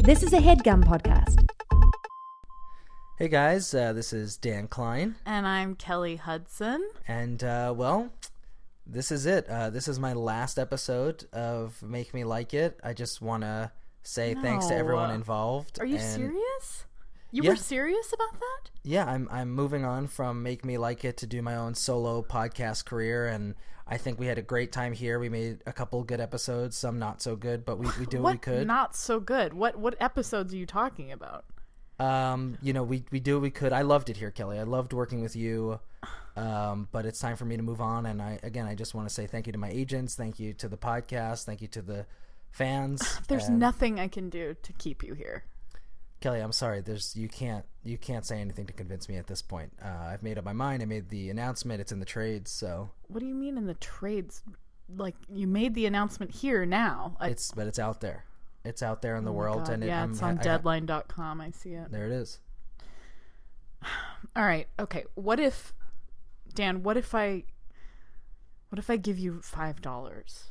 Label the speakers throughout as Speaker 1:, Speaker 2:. Speaker 1: This is a headgum podcast.
Speaker 2: Hey guys, uh, this is Dan Klein,
Speaker 3: And I'm Kelly Hudson.
Speaker 2: and uh, well, this is it. Uh, this is my last episode of Make Me Like It. I just want to say thanks to
Speaker 3: No.
Speaker 2: everyone involved.
Speaker 3: Are you
Speaker 2: and-
Speaker 3: serious? You
Speaker 2: Yeah.
Speaker 3: were serious about that?
Speaker 2: Yeah, I'm I'm moving on from Make Me Like It to do my own solo podcast career, and I think we had a great time here. We made a couple good episodes, some not so good, but we, we did what we
Speaker 3: What
Speaker 2: could.
Speaker 3: not so good? What what episodes are you talking about?
Speaker 2: um, you know, we we do what we could. I loved it here, Kelly. I loved working with you. Um, but it's time for me to move on, and I again, I just want to say thank you to my agents, thank you to the podcast, thank you to the fans.
Speaker 3: There's
Speaker 2: and-
Speaker 3: nothing I can do to keep you here.
Speaker 2: Kelly, I'm sorry. There's you can't you can't say anything to convince me at this point. Uh, I've made up my mind. I made the announcement. It's in the trades, so
Speaker 3: What do you mean in the trades? Like you made the announcement here now. I,
Speaker 2: it's but it's out there. It's out there in the
Speaker 3: oh my
Speaker 2: world,
Speaker 3: God,
Speaker 2: and it,
Speaker 3: yeah,
Speaker 2: I'm,
Speaker 3: it's on
Speaker 2: I- I-
Speaker 3: deadline.com. I see it.
Speaker 2: there it is.
Speaker 3: All right. Okay. What if Dan, what if I what if I give you five dollars?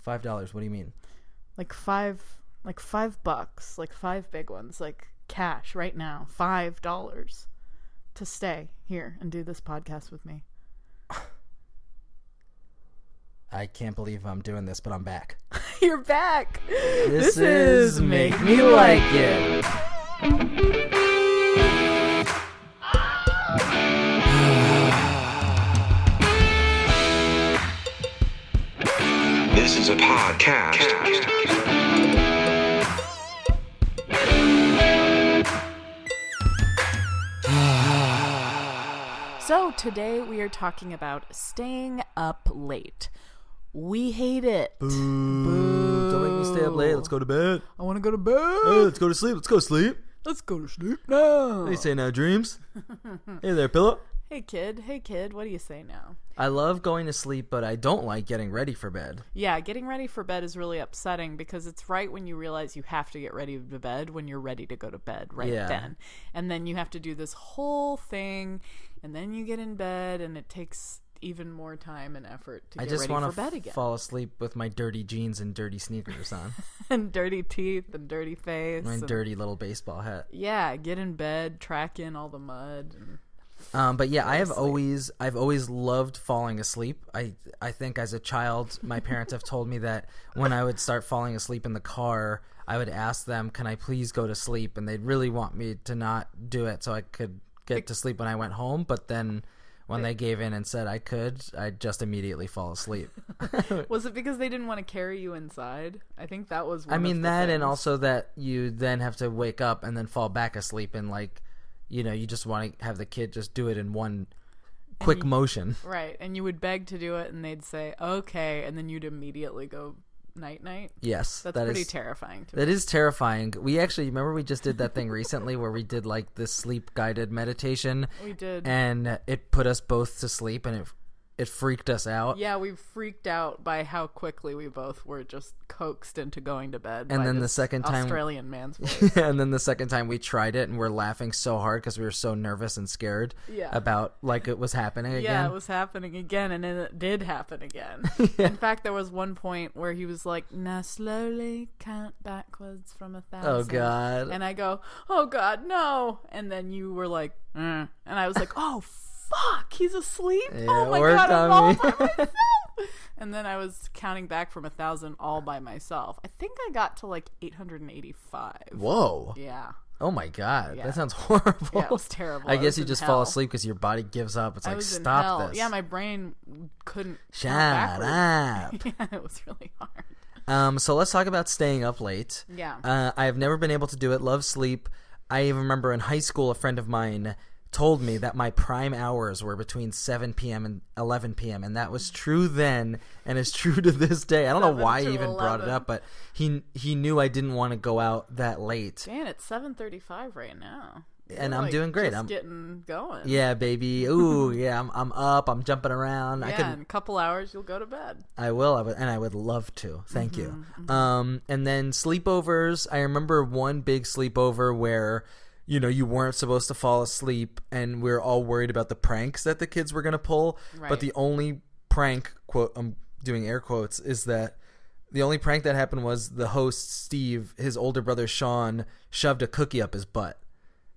Speaker 2: Five dollars. What do you mean?
Speaker 3: like five like five bucks like five big ones like cash right now five dollars to stay here and do this podcast with me
Speaker 2: I can't believe I'm doing this, but I'm back.
Speaker 3: you're back
Speaker 2: This, is make me like it.
Speaker 4: This is a podcast.
Speaker 3: so today we are talking about staying up late we hate it
Speaker 2: Don't make me stay up late. Let's go to bed.
Speaker 3: i want to go to bed
Speaker 2: Uh, let's go to sleep. Let's go to sleep.
Speaker 3: let's go to sleep now
Speaker 2: They say now dreams. hey there, pillow.
Speaker 3: hey kid hey kid what do you say now
Speaker 2: I love going to sleep, but I don't like getting ready for bed.
Speaker 3: yeah getting ready for bed is really upsetting because it's right when you realize you have to get ready to bed when you're ready to go to bed right
Speaker 2: Yeah.
Speaker 3: then and then you have to do this whole thing and then you get in bed and it takes even more time and effort to
Speaker 2: I
Speaker 3: get
Speaker 2: just
Speaker 3: ready
Speaker 2: want
Speaker 3: for bed
Speaker 2: to
Speaker 3: again
Speaker 2: fall asleep with my dirty jeans and dirty sneakers on,
Speaker 3: and dirty teeth and dirty face
Speaker 2: my
Speaker 3: and-
Speaker 2: dirty little baseball hat.
Speaker 3: yeah get in bed track in all the mud and-
Speaker 2: Um, but yeah, I have always I've always loved falling asleep. I I think as a child, my parents have told me that when I would start falling asleep in the car, I would ask them, "Can I please go to sleep?" And they'd really want me to not do it so I could get to sleep when I went home. But then when they gave in and said I could, I just immediately fall asleep.
Speaker 3: was it because they didn't want to carry you inside i think that was one
Speaker 2: I mean
Speaker 3: of the
Speaker 2: that, and
Speaker 3: things.
Speaker 2: also that you then have to wake up and then fall back asleep, and like, you know, you just want to have the kid just do it in one quick motion.
Speaker 3: Right, and you would beg to do it, and they'd say okay, and then you'd immediately go night night.
Speaker 2: Yes,
Speaker 3: That's
Speaker 2: that
Speaker 3: pretty
Speaker 2: is-
Speaker 3: terrifying to me.
Speaker 2: That is terrifying. We actually remember we just did that thing recently where we did like this sleep guided meditation.
Speaker 3: We did.
Speaker 2: and it put us both to sleep, and it it freaked us out.
Speaker 3: yeah, we freaked out by how quickly we both were just coaxed into going to bed.
Speaker 2: And
Speaker 3: by
Speaker 2: then the
Speaker 3: this
Speaker 2: second time-
Speaker 3: Australian man's voice.
Speaker 2: and then the second time we tried it, and we're laughing so hard because we were so nervous and scared
Speaker 3: Yeah.
Speaker 2: about like it was happening again.
Speaker 3: Yeah, it was happening again, and then it did happen again. In fact, there was one point where he was like, "Now slowly count backwards from a thousand.
Speaker 2: Oh, God.
Speaker 3: And I go, "Oh God, no!" And then you were like, "Uh," and I was like, "Oh fuck, he's asleep!
Speaker 2: Yeah,
Speaker 3: oh
Speaker 2: it
Speaker 3: my
Speaker 2: worked
Speaker 3: God,
Speaker 2: on
Speaker 3: I'm all
Speaker 2: me.
Speaker 3: by myself!" and then I was counting back from a thousand all by myself. I think I got to like eight hundred and eighty-five.
Speaker 2: Whoa.
Speaker 3: Yeah,
Speaker 2: Oh my god,
Speaker 3: Yeah.
Speaker 2: that sounds horrible.
Speaker 3: Yeah, it was terrible.
Speaker 2: I
Speaker 3: I
Speaker 2: guess
Speaker 3: was
Speaker 2: you
Speaker 3: in
Speaker 2: just
Speaker 3: hell.
Speaker 2: fall asleep because your body gives up. It's
Speaker 3: I
Speaker 2: like
Speaker 3: was in
Speaker 2: stop
Speaker 3: hell.
Speaker 2: this.
Speaker 3: Yeah, my brain couldn't
Speaker 2: shut
Speaker 3: count backwards.
Speaker 2: up.
Speaker 3: yeah, it was really hard.
Speaker 2: um, so let's talk about staying up late.
Speaker 3: Yeah.
Speaker 2: uh, I have never been able to do it. Love sleep. I even remember in high school, a friend of mine told me that my prime hours were between 7 p.m. and 11 p.m. and that was true then and is true to this day. I don't know
Speaker 3: 7
Speaker 2: why he
Speaker 3: to
Speaker 2: even brought it
Speaker 3: 11.
Speaker 2: up, but he he knew I didn't want to go out that late.
Speaker 3: Dan, it's seven thirty-five right now, You're,
Speaker 2: And I'm doing great.
Speaker 3: just
Speaker 2: I'm-
Speaker 3: getting going.
Speaker 2: Yeah, baby. Ooh, yeah. I'm I'm up. I'm jumping around. I
Speaker 3: yeah.
Speaker 2: could
Speaker 3: in a couple hours, you'll go to bed.
Speaker 2: I will. I would, and I would love to. Thank
Speaker 3: Mm-hmm,
Speaker 2: you. Um, and then sleepovers. I remember one big sleepover where, you know, you weren't supposed to fall asleep, and we are all worried about the pranks that the kids were gonna pull. But
Speaker 3: Right.
Speaker 2: the only prank quote I'm doing air quotes is that The only prank that happened was the host Steve, his older brother Sean, shoved a cookie up his butt,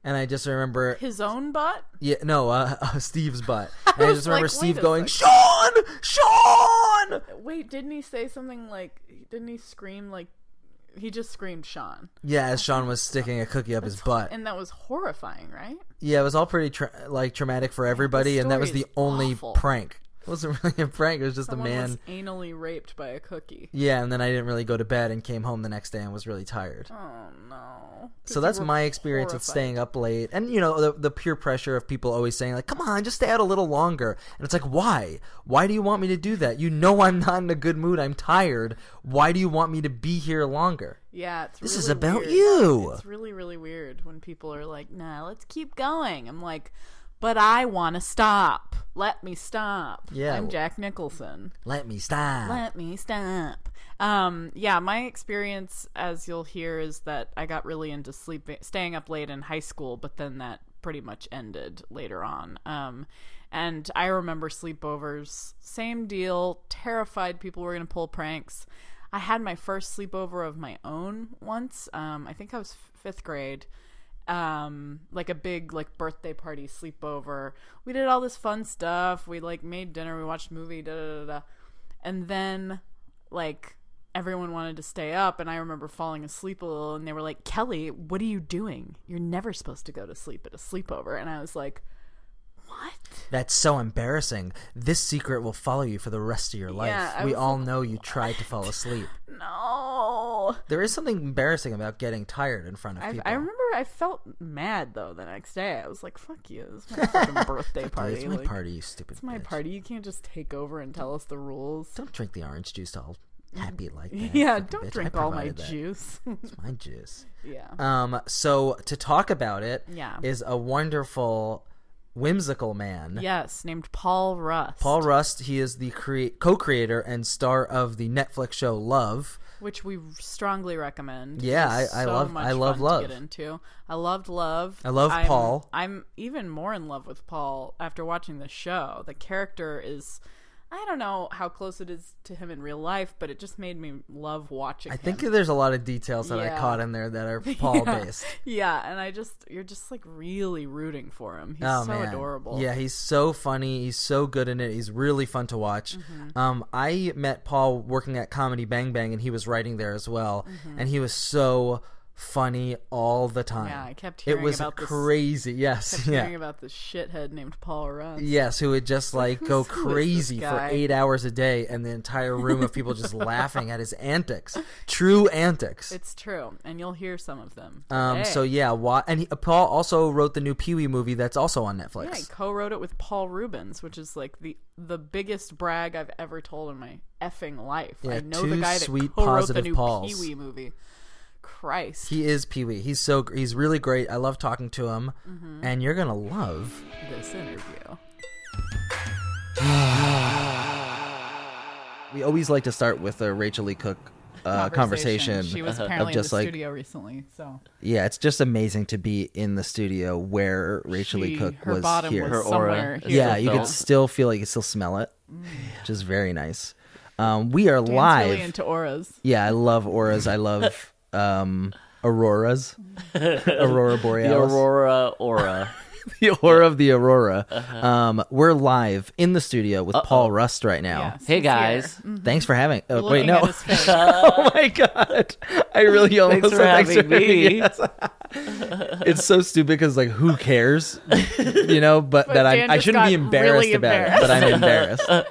Speaker 2: and I just remember,
Speaker 3: His own butt?
Speaker 2: yeah, no, uh, Steve's butt. And I,
Speaker 3: was
Speaker 2: just remember
Speaker 3: like, wait
Speaker 2: Steve
Speaker 3: a
Speaker 2: going, Sean, Sean.
Speaker 3: Wait, didn't he say something like, didn't he scream like, he just screamed Sean?
Speaker 2: Yeah, as Sean was sticking a cookie up his butt.
Speaker 3: And that was horrifying, right?
Speaker 2: Yeah, it was all pretty tra- like traumatic for everybody, and that was
Speaker 3: story
Speaker 2: the
Speaker 3: is
Speaker 2: only
Speaker 3: awful.
Speaker 2: prank. It wasn't really a prank. It was just
Speaker 3: Someone
Speaker 2: a man.
Speaker 3: was anally raped by a cookie.
Speaker 2: Yeah, and then I didn't really go to bed and came home the next day and was really tired.
Speaker 3: Oh no.
Speaker 2: so that's my experience of staying up late, and you know the, the peer pressure of people always saying like, "Come on, just stay out a little longer." And it's like, why? Why do you want me to do that? You know I'm not in a good mood. I'm tired. Why do you want me to be here longer?
Speaker 3: Yeah, it's
Speaker 2: This
Speaker 3: really
Speaker 2: is about
Speaker 3: weird.
Speaker 2: you.
Speaker 3: It's really really weird when people are like, "Nah, let's keep going." I'm like, "But I want to stop. Let me stop."
Speaker 2: Yeah,
Speaker 3: I'm
Speaker 2: well-
Speaker 3: Jack Nicholson.
Speaker 2: Let me stop.
Speaker 3: Let me stop. Um, yeah, my experience, as you'll hear, is that I got really into sleeping, staying up late in high school, but then that pretty much ended later on. Um, and I remember sleepovers, same deal, terrified people were going to pull pranks. I had my first sleepover of my own once. Um, I think I was f- fifth grade um like a big like birthday party sleepover we did all this fun stuff we like made dinner we watched a movie da da da da and then like everyone wanted to stay up and i remember falling asleep a little and they were like kelly what are you doing you're never supposed to go to sleep at a sleepover and i was like what
Speaker 2: That's so embarrassing. This secret will follow you for the rest of your life.
Speaker 3: I
Speaker 2: we
Speaker 3: was
Speaker 2: all know you tried to fall asleep.
Speaker 3: no
Speaker 2: There is something embarrassing about getting tired in front of
Speaker 3: I,
Speaker 2: people.
Speaker 3: I remember i felt mad though the next day i was like fuck you this is my fucking birthday party
Speaker 2: It's my
Speaker 3: like,
Speaker 2: party, you stupid.
Speaker 3: it's my
Speaker 2: bitch.
Speaker 3: party you can't just take over and tell us the rules
Speaker 2: Don't drink the orange juice all happy like that.
Speaker 3: Mm, yeah
Speaker 2: fucking
Speaker 3: don't
Speaker 2: bitch. I
Speaker 3: drink all my
Speaker 2: provided that.
Speaker 3: juice
Speaker 2: It's my juice.
Speaker 3: yeah
Speaker 2: Um, so to talk about it is
Speaker 3: Yeah.
Speaker 2: a wonderful, whimsical man.
Speaker 3: yes named paul russ
Speaker 2: Paul Rust, he is the crea- co-creator and star of the Netflix show Love.
Speaker 3: which we strongly recommend.
Speaker 2: Yeah,
Speaker 3: It was
Speaker 2: I- I love- I love
Speaker 3: fun to
Speaker 2: Love.
Speaker 3: get into. I loved love.
Speaker 2: I love
Speaker 3: I'm-
Speaker 2: Paul.
Speaker 3: I'm even more in love with Paul after watching the show. The character is. I don't know how close it is to him in real life, but it just made me love watching.
Speaker 2: I think
Speaker 3: him.
Speaker 2: there's a lot of details that I
Speaker 3: Yeah.
Speaker 2: caught in there that are Paul
Speaker 3: Yeah.
Speaker 2: based.
Speaker 3: Yeah, and I just you're just like really rooting for him. He's so adorable.
Speaker 2: Oh, Yeah, he's so funny. He's so good in it. He's really fun to watch.
Speaker 3: Mm-hmm.
Speaker 2: Um, I met Paul working at Comedy Bang Bang, and he was writing there as well.
Speaker 3: Mm-hmm.
Speaker 2: And he was so funny all the time.
Speaker 3: Yeah, I kept
Speaker 2: it
Speaker 3: hearing
Speaker 2: was
Speaker 3: about this-
Speaker 2: crazy. Yes, yeah.
Speaker 3: hearing about this shithead named Paul Russ.
Speaker 2: Yes, who would just like go
Speaker 3: who is this
Speaker 2: crazy for
Speaker 3: guy?
Speaker 2: eight hours a day, and the entire room of people just laughing at his antics, true antics.
Speaker 3: It's true, and you'll hear some of them.
Speaker 2: Um,
Speaker 3: today.
Speaker 2: So yeah, wa- and he, Paul also wrote the new Pee Wee movie that's also on Netflix.
Speaker 3: Yeah, I co-wrote it with Paul Rubens, which is like the the biggest brag I've ever told in my effing life.
Speaker 2: Yeah,
Speaker 3: I know
Speaker 2: two
Speaker 3: the guy that
Speaker 2: sweet,
Speaker 3: co-wrote the
Speaker 2: positive
Speaker 3: new
Speaker 2: Pauls.
Speaker 3: Pee Wee movie. Christ,
Speaker 2: He is Pee Wee. He's so gr- he's really great. I love talking to him,
Speaker 3: Mm-hmm.
Speaker 2: and you're gonna love.
Speaker 3: this interview.
Speaker 2: We always like to start with a Rachel Lee Cook uh, conversation.
Speaker 3: She was
Speaker 2: of
Speaker 3: apparently in
Speaker 2: just
Speaker 3: the
Speaker 2: like
Speaker 3: studio recently, so
Speaker 2: yeah, it's just amazing to be in the studio where Rachel Lee Cook
Speaker 3: her
Speaker 2: was
Speaker 3: bottom
Speaker 2: here.
Speaker 3: was
Speaker 5: Her aura
Speaker 3: somewhere here.
Speaker 5: is
Speaker 3: Mm.
Speaker 2: yeah,
Speaker 5: still
Speaker 2: you could
Speaker 5: felt.
Speaker 2: still feel like you still smell it, which is very nice. Um, we are
Speaker 3: Dan's
Speaker 2: live.
Speaker 3: really into auras.
Speaker 2: yeah, I love auras. I love um, auroras, aurora
Speaker 5: The
Speaker 2: borealis.
Speaker 5: Aurora Aura.
Speaker 2: the aura of the aurora.
Speaker 5: Uh-huh.
Speaker 2: Um, we're live in the studio with Paul Rust right now.
Speaker 3: Yes,
Speaker 5: hey
Speaker 3: he's
Speaker 5: guys.
Speaker 3: here.
Speaker 2: Thanks for having. Oh,
Speaker 3: Looking
Speaker 2: wait,
Speaker 3: at
Speaker 2: no.
Speaker 3: his face.
Speaker 2: oh my god! I really almost
Speaker 5: Thanks for
Speaker 2: said thanks for
Speaker 5: having me.
Speaker 2: Yes. it's so stupid because like who cares, you know? But, that
Speaker 3: Dan
Speaker 2: I I
Speaker 3: just
Speaker 2: shouldn't be
Speaker 3: got
Speaker 2: embarrassed
Speaker 3: really
Speaker 2: about it, but I'm embarrassed.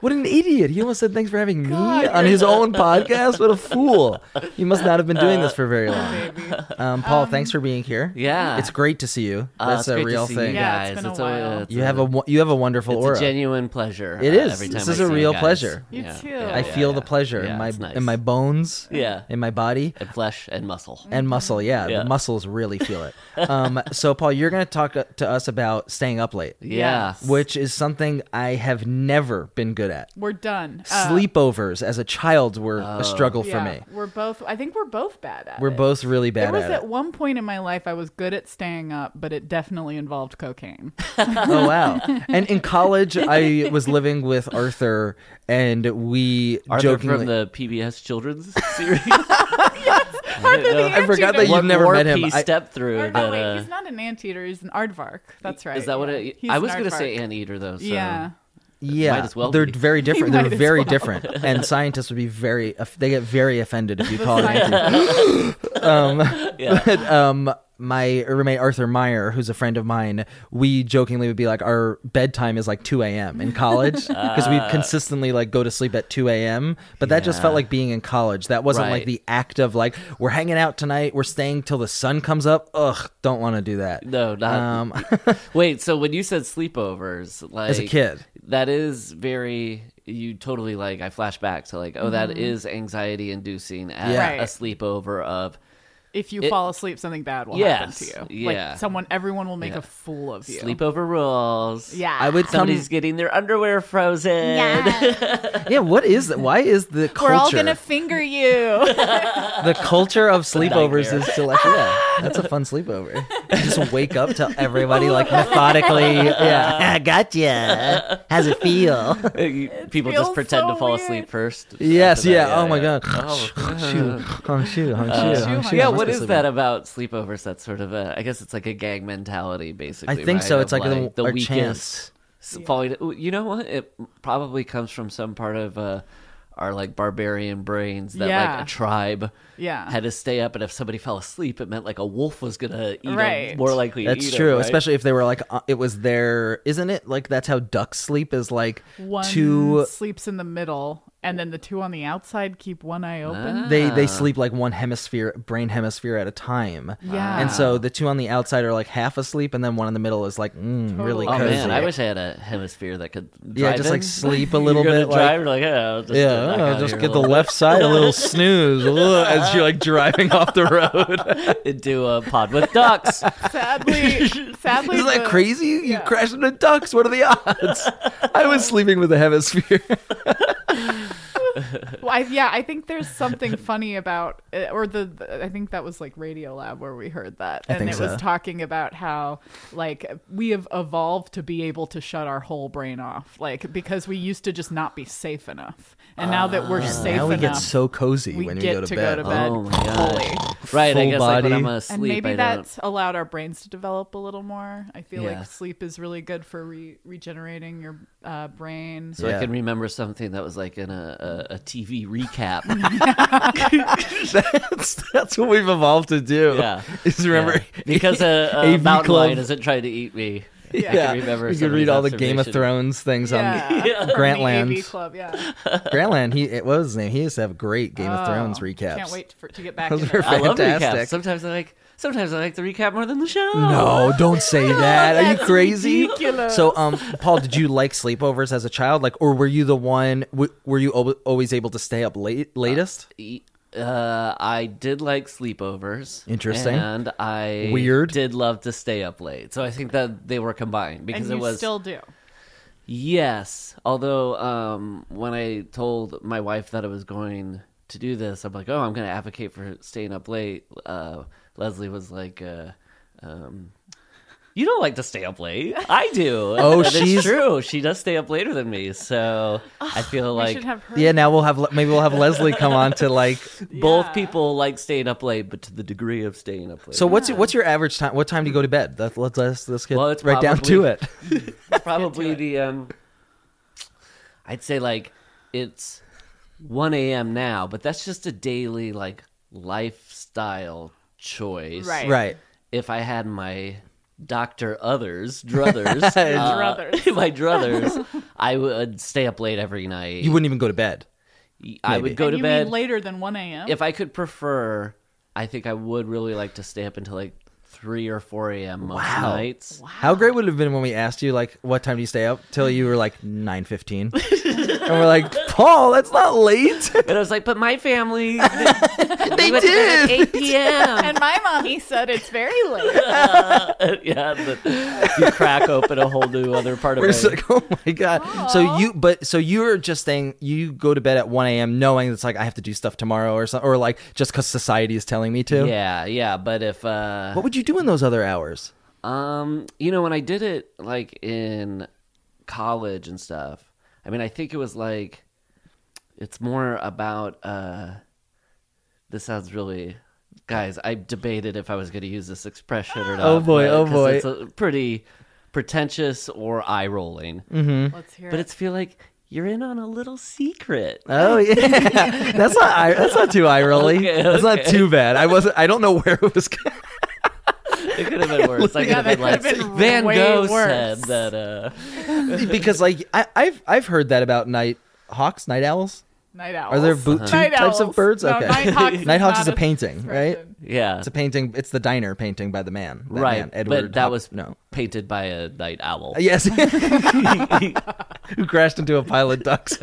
Speaker 2: What an idiot! He almost said thanks for having me on his own podcast. What a fool! You must not have been doing this for very
Speaker 3: Oh,
Speaker 2: long. Um, Paul, thanks for being here.
Speaker 5: yeah.
Speaker 2: it's great to see you.
Speaker 5: Uh,
Speaker 2: That's
Speaker 5: it's
Speaker 2: a
Speaker 5: great to
Speaker 2: real
Speaker 5: see
Speaker 2: thing.
Speaker 5: You
Speaker 3: Yeah,
Speaker 5: guys.
Speaker 3: it's been a
Speaker 5: it's
Speaker 3: while.
Speaker 5: it's
Speaker 2: You have a wo- you have a wonderful
Speaker 5: it's
Speaker 2: aura.
Speaker 5: a genuine pleasure.
Speaker 2: It
Speaker 5: uh,
Speaker 2: is.
Speaker 5: every time
Speaker 2: This
Speaker 5: I
Speaker 2: is a
Speaker 5: see you
Speaker 2: real
Speaker 5: guys.
Speaker 2: pleasure.
Speaker 3: You
Speaker 5: Yeah.
Speaker 3: too.
Speaker 5: Yeah,
Speaker 2: I
Speaker 5: yeah,
Speaker 2: feel the
Speaker 5: yeah.
Speaker 2: pleasure
Speaker 5: Yeah,
Speaker 2: in my
Speaker 5: it's nice.
Speaker 2: in my bones.
Speaker 5: Yeah.
Speaker 2: in my body
Speaker 5: and flesh and muscle.
Speaker 2: and muscle. Yeah,
Speaker 5: Yeah.
Speaker 2: the muscles really feel it. Um, so Paul, you're going to talk to us about staying up late,
Speaker 5: yeah.
Speaker 3: Yes.
Speaker 2: which is something I have never been good at.
Speaker 3: We're done. Uh,
Speaker 2: Sleepovers as a child were a struggle for
Speaker 3: oh, yeah,
Speaker 2: me.
Speaker 3: We're both. I think we're both bad at.
Speaker 2: We're
Speaker 3: it.
Speaker 2: both really
Speaker 3: There
Speaker 2: bad
Speaker 3: was
Speaker 2: at
Speaker 3: at
Speaker 2: it.
Speaker 3: one point in my life I was good at staying up, but it definitely involved cocaine.
Speaker 2: Oh wow! And in college, I was living with Arthur, and we
Speaker 5: Arthur
Speaker 2: jokingly.
Speaker 5: from the PBS children's series.
Speaker 2: I forgot that
Speaker 5: One
Speaker 2: you've never
Speaker 5: more
Speaker 2: met him.
Speaker 5: piece
Speaker 2: I-
Speaker 5: step through.
Speaker 3: Or, no,
Speaker 5: that,
Speaker 3: wait,
Speaker 5: uh,
Speaker 3: he's not an anteater. He's an aardvark. That's right.
Speaker 5: Is that what
Speaker 3: yeah.
Speaker 5: it?
Speaker 3: He's
Speaker 5: I
Speaker 3: an
Speaker 5: was going to say
Speaker 3: aardvark.
Speaker 5: anteater though. So.
Speaker 3: yeah.
Speaker 2: yeah,
Speaker 5: Might as well
Speaker 2: they're
Speaker 5: be.
Speaker 2: very different.
Speaker 3: might
Speaker 2: They're
Speaker 3: as
Speaker 2: very
Speaker 3: well.
Speaker 2: different, and scientists would be very. If they get very offended if you call it.
Speaker 3: scientists.
Speaker 2: anti-
Speaker 5: Yeah.
Speaker 2: but um my roommate arthur meyer who's a friend of mine we jokingly would be like our bedtime is like 2 a.m in college because we'd consistently like go to sleep at 2 a.m but that just
Speaker 5: Uh. Yeah.
Speaker 2: felt like being in college that wasn't like
Speaker 5: Right.
Speaker 2: the act of like we're hanging out tonight we're staying till the sun comes up ugh don't want to do that
Speaker 5: No, not
Speaker 2: um
Speaker 5: Wait, so when you said sleepovers, like
Speaker 2: as a kid
Speaker 5: that is very you totally like I flash back to like, oh, that is anxiety inducing at
Speaker 2: Mm-hmm. Yeah.
Speaker 3: Right.
Speaker 5: a sleepover of
Speaker 3: If you
Speaker 5: It-
Speaker 3: fall asleep, something bad will happen
Speaker 5: Yes,
Speaker 3: to you.
Speaker 5: yeah.
Speaker 3: Like someone, everyone will make a fool of you.
Speaker 5: sleepover rules.
Speaker 3: Yeah.
Speaker 2: i would come
Speaker 5: Somebody's getting their underwear frozen.
Speaker 2: yeah what is that why is the culture
Speaker 3: We're all gonna finger you.
Speaker 2: the culture of sleepovers is
Speaker 5: Nightmare.
Speaker 2: to like yeah that's a fun sleepover You just wake up to everybody like methodically yeah i gotcha how's it feel
Speaker 5: You- People just
Speaker 3: feels
Speaker 5: pretend to
Speaker 3: so
Speaker 5: fall
Speaker 3: weird.
Speaker 5: asleep first.
Speaker 2: yes
Speaker 5: after that.
Speaker 2: yeah, oh my god
Speaker 5: Oh,
Speaker 2: Hung shoe, hung shoe, hung shoe,
Speaker 3: Uh,
Speaker 2: hung shoe.
Speaker 5: yeah,
Speaker 2: Must
Speaker 5: what
Speaker 2: be
Speaker 5: is
Speaker 2: sleeping.
Speaker 5: that about sleepovers? That's sort of a, I guess it's like a gang mentality, basically.
Speaker 2: think
Speaker 5: right?
Speaker 2: so. It's
Speaker 5: Of,
Speaker 2: like the- our
Speaker 5: weakest
Speaker 2: chance.
Speaker 5: s- falling. You know what? It probably comes from some part of uh, our like barbarian brains that
Speaker 3: Yeah.
Speaker 5: like a tribe
Speaker 3: Yeah.
Speaker 5: had to stay up, and if somebody fell asleep, it meant like a wolf was gonna eat 'em,
Speaker 3: Right.
Speaker 5: more likely. to
Speaker 2: That's
Speaker 5: eat 'em,
Speaker 2: true,
Speaker 5: right?
Speaker 2: especially if they were like uh, it was their, isn't it? Like that's how ducks sleep is like
Speaker 3: one
Speaker 2: two.
Speaker 3: sleeps in the middle, and then the two on the outside keep one eye open.
Speaker 2: They
Speaker 5: Ah.
Speaker 2: they sleep like one hemisphere, brain hemisphere at a time.
Speaker 3: Yeah.
Speaker 2: and so the two on the outside are like half asleep, and then one in the middle is like mm, really
Speaker 3: Totally.
Speaker 5: Oh
Speaker 2: cozy.
Speaker 5: man, I wish I had a hemisphere that could.
Speaker 2: Yeah,
Speaker 5: drive
Speaker 2: just like
Speaker 5: in.
Speaker 2: sleep a little
Speaker 5: You're gonna
Speaker 2: bit. like-
Speaker 5: drive, you're like, yeah, I'll just,
Speaker 2: yeah,
Speaker 5: knock
Speaker 2: oh,
Speaker 5: out
Speaker 2: just
Speaker 5: here a
Speaker 2: get the
Speaker 5: little
Speaker 2: left side a little snooze ugh, as you're like driving off the road.
Speaker 5: bit into a pod with ducks.
Speaker 3: Sadly, sadly,
Speaker 2: Isn't that
Speaker 3: the-
Speaker 2: crazy? You crash into ducks. What are the odds? I was sleeping with a hemisphere.
Speaker 3: Well, I, yeah, I think there's something funny about, uh, or the, the- I think that was like Radio Lab where we heard that, and
Speaker 2: think
Speaker 3: it
Speaker 2: so.
Speaker 3: was talking about how like we have evolved to be able to shut our whole brain off, like because we used to just not be safe enough, and now that we're safe
Speaker 2: Ah, now we
Speaker 3: enough,
Speaker 2: get so cozy
Speaker 3: we
Speaker 2: when
Speaker 3: get
Speaker 2: we go to
Speaker 3: to
Speaker 2: bed.
Speaker 3: go to bed
Speaker 5: Oh my God.
Speaker 3: fully.
Speaker 5: right, I
Speaker 2: Full
Speaker 5: guess like when
Speaker 2: body.
Speaker 5: I'm
Speaker 3: And
Speaker 5: asleep,
Speaker 3: maybe
Speaker 5: I don't.
Speaker 3: that's allowed our brains to develop a little more. I feel
Speaker 5: Yeah.
Speaker 3: like sleep is really good for re- regenerating your uh, brain.
Speaker 5: So
Speaker 2: Yeah.
Speaker 5: I can remember something that was like in a, a, a TV recap.
Speaker 2: that's, that's what we've evolved to do.
Speaker 5: Yeah.
Speaker 2: is remember
Speaker 5: Yeah. because a, a
Speaker 2: AV
Speaker 5: mountain
Speaker 2: Club.
Speaker 5: lion isn't trying to eat me. I
Speaker 3: Yeah.
Speaker 5: can remember.
Speaker 2: you
Speaker 5: some
Speaker 2: could
Speaker 5: of
Speaker 2: read
Speaker 5: these
Speaker 2: all the Game of
Speaker 5: observations.
Speaker 2: Thrones things on
Speaker 3: Yeah. The AV
Speaker 2: Grantland.
Speaker 3: Club, yeah.
Speaker 2: Grantland, he it was his name. He used to have great Game of Thrones
Speaker 3: Oh,
Speaker 2: recaps.
Speaker 3: Can't wait for, to get back.
Speaker 2: Those
Speaker 3: into
Speaker 2: were
Speaker 3: that.
Speaker 5: I love
Speaker 2: Fantastic.
Speaker 5: recaps. Sometimes I like. Sometimes I like the recap more than the show.
Speaker 2: No, don't say that. Are you
Speaker 3: Oh, that's
Speaker 2: crazy?
Speaker 3: ridiculous.
Speaker 2: So, um, Paul, did you like sleepovers as a child? Like, or were you the one? W- were you al- always able to stay up late? Latest?
Speaker 5: E, Uh, I did like sleepovers.
Speaker 2: Interesting.
Speaker 5: And I
Speaker 2: Weird.
Speaker 5: Did love to stay up late. So I think that they were combined because
Speaker 3: and
Speaker 5: it
Speaker 3: you
Speaker 5: was
Speaker 3: still do.
Speaker 5: Yes. Although, um, when I told my wife that I was going to do this, I'm like, oh, I'm going to advocate for staying up late. Uh, Leslie was like, uh, um, you don't like to stay up late. I do.
Speaker 2: Oh,
Speaker 5: And it's
Speaker 2: she's-
Speaker 5: true. She does stay up later than me. So I feel
Speaker 3: we
Speaker 5: like
Speaker 3: should have her.
Speaker 2: yeah. Now we'll have Le- maybe we'll have Leslie come on to like.
Speaker 5: both
Speaker 3: Yeah.
Speaker 5: people like staying up late, but to the degree of staying up late.
Speaker 2: So what's what's your average time? What time do you go to bed? That, let's let's let's get
Speaker 5: Well, it's
Speaker 2: right down to
Speaker 5: probably-
Speaker 2: it.
Speaker 5: probably the um i'd say like it's 1 a.m now but that's just a daily like lifestyle choice
Speaker 3: Right.
Speaker 2: Right.
Speaker 5: if i had my doctor others druthers uh,
Speaker 3: Druthers.
Speaker 5: my druthers i would stay up late every night
Speaker 2: You wouldn't even go to bed.
Speaker 5: i
Speaker 2: maybe.
Speaker 5: would go
Speaker 3: And
Speaker 5: to
Speaker 3: you
Speaker 5: bed
Speaker 3: mean later than one a.m.
Speaker 5: if i could prefer i think i would really like to stay up until like 3 or 4 a.m most
Speaker 2: Wow.
Speaker 5: nights
Speaker 2: How great would it have been when we asked you like what time do you stay up till you were like nine fifteen, and we're like Paul, that's not late.
Speaker 5: and i was like but my family they,
Speaker 2: They
Speaker 5: went to bed at
Speaker 2: did.
Speaker 5: 8 p.m.
Speaker 3: And my mommy said it's very late.
Speaker 5: yeah, the, you crack open a whole new other part of
Speaker 2: We're just
Speaker 5: it.
Speaker 2: like, oh my god. So you, but so you're just saying you go to bed at one a.m. knowing it's like I have to do stuff tomorrow or something, or like just because society is telling me to.
Speaker 5: Yeah, yeah, but if uh,
Speaker 2: What would you do in those other hours?
Speaker 5: Um, you know, when I did it like in college and stuff, I mean, I think it was like it's more about uh this sounds really guys, I debated if I was going to use this expression or not.
Speaker 2: Oh, boy,
Speaker 5: but-
Speaker 2: oh,
Speaker 5: 'cause
Speaker 2: boy.
Speaker 5: It's a pretty pretentious or eye-rolling.
Speaker 2: Mm-hmm.
Speaker 6: Let's hear
Speaker 5: But
Speaker 6: it.
Speaker 5: it's feel like you're in on a little secret.
Speaker 2: Oh yeah, that's not eye- that's not too eye rolly.
Speaker 5: Okay,
Speaker 2: That's not
Speaker 5: okay.
Speaker 2: too bad. I wasn't. I don't know where it was. going.
Speaker 5: It could have been worse. I could
Speaker 6: Yeah,
Speaker 5: have
Speaker 6: that
Speaker 5: been like
Speaker 6: could have been
Speaker 5: Van
Speaker 6: way
Speaker 5: Gogh
Speaker 6: worse.
Speaker 5: said that uh
Speaker 2: because like I, I've I've heard that about night hawks, night owls.
Speaker 3: Night owls.
Speaker 2: Are there boot two
Speaker 3: Night
Speaker 2: types of
Speaker 3: owls.
Speaker 2: birds?
Speaker 3: No,
Speaker 2: okay,
Speaker 3: night hawks is
Speaker 2: Nighthawks
Speaker 3: not
Speaker 2: is a
Speaker 3: a
Speaker 2: painting, right?
Speaker 3: Person.
Speaker 5: yeah.
Speaker 2: It's a painting. It's the diner painting by the man, that
Speaker 5: right.
Speaker 2: man, Edward
Speaker 5: but that
Speaker 2: Hawk-
Speaker 5: was
Speaker 2: no.
Speaker 5: painted by a night owl.
Speaker 2: Yes, who crashed into a pile of ducks.
Speaker 3: It's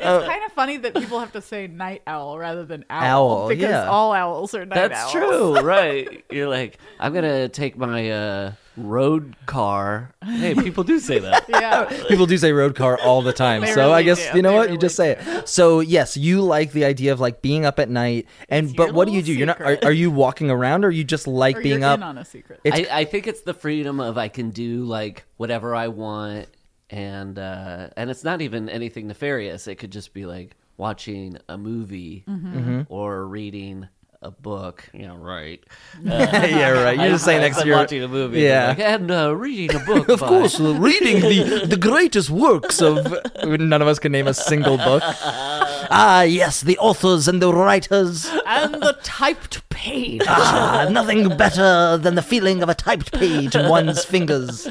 Speaker 2: Oh.
Speaker 3: kind of funny that people have to say night owl rather than owl,
Speaker 2: Owl,
Speaker 3: because
Speaker 2: yeah.
Speaker 3: all owls are night
Speaker 5: That's
Speaker 3: owls.
Speaker 5: true, right? You're like, I'm gonna take my uh, road car. Hey, people do say that.
Speaker 3: Yeah.
Speaker 2: People do say road car all the time,
Speaker 3: They
Speaker 2: so I
Speaker 3: really
Speaker 2: guess
Speaker 3: do.
Speaker 2: you know
Speaker 3: They
Speaker 2: what you
Speaker 3: really
Speaker 2: just say it. So yes, you like the idea of like being up at night, and but
Speaker 3: your
Speaker 2: what do you do?
Speaker 3: little
Speaker 2: You're not. Are,
Speaker 3: secret.
Speaker 2: are you walking around, or you just like
Speaker 3: Or
Speaker 2: being
Speaker 3: you're
Speaker 2: up?
Speaker 3: in on a secret.
Speaker 5: I, I think it's the freedom of I can do like whatever I want, and uh, and it's not even anything nefarious. It could just be like watching a movie
Speaker 6: Mm-hmm.
Speaker 5: or reading a book. Yeah, right.
Speaker 2: yeah, right. You're just saying
Speaker 5: I-
Speaker 2: next
Speaker 5: I'm
Speaker 2: to your.
Speaker 5: watching a movie.
Speaker 2: Yeah.
Speaker 5: Yeah, and uh, reading a book.
Speaker 2: Of course, reading the the greatest works of none of us can name a single book. Ah, yes, the authors and the writers.
Speaker 6: and the typed page.
Speaker 2: Ah, nothing better than the feeling of a typed page in one's fingers.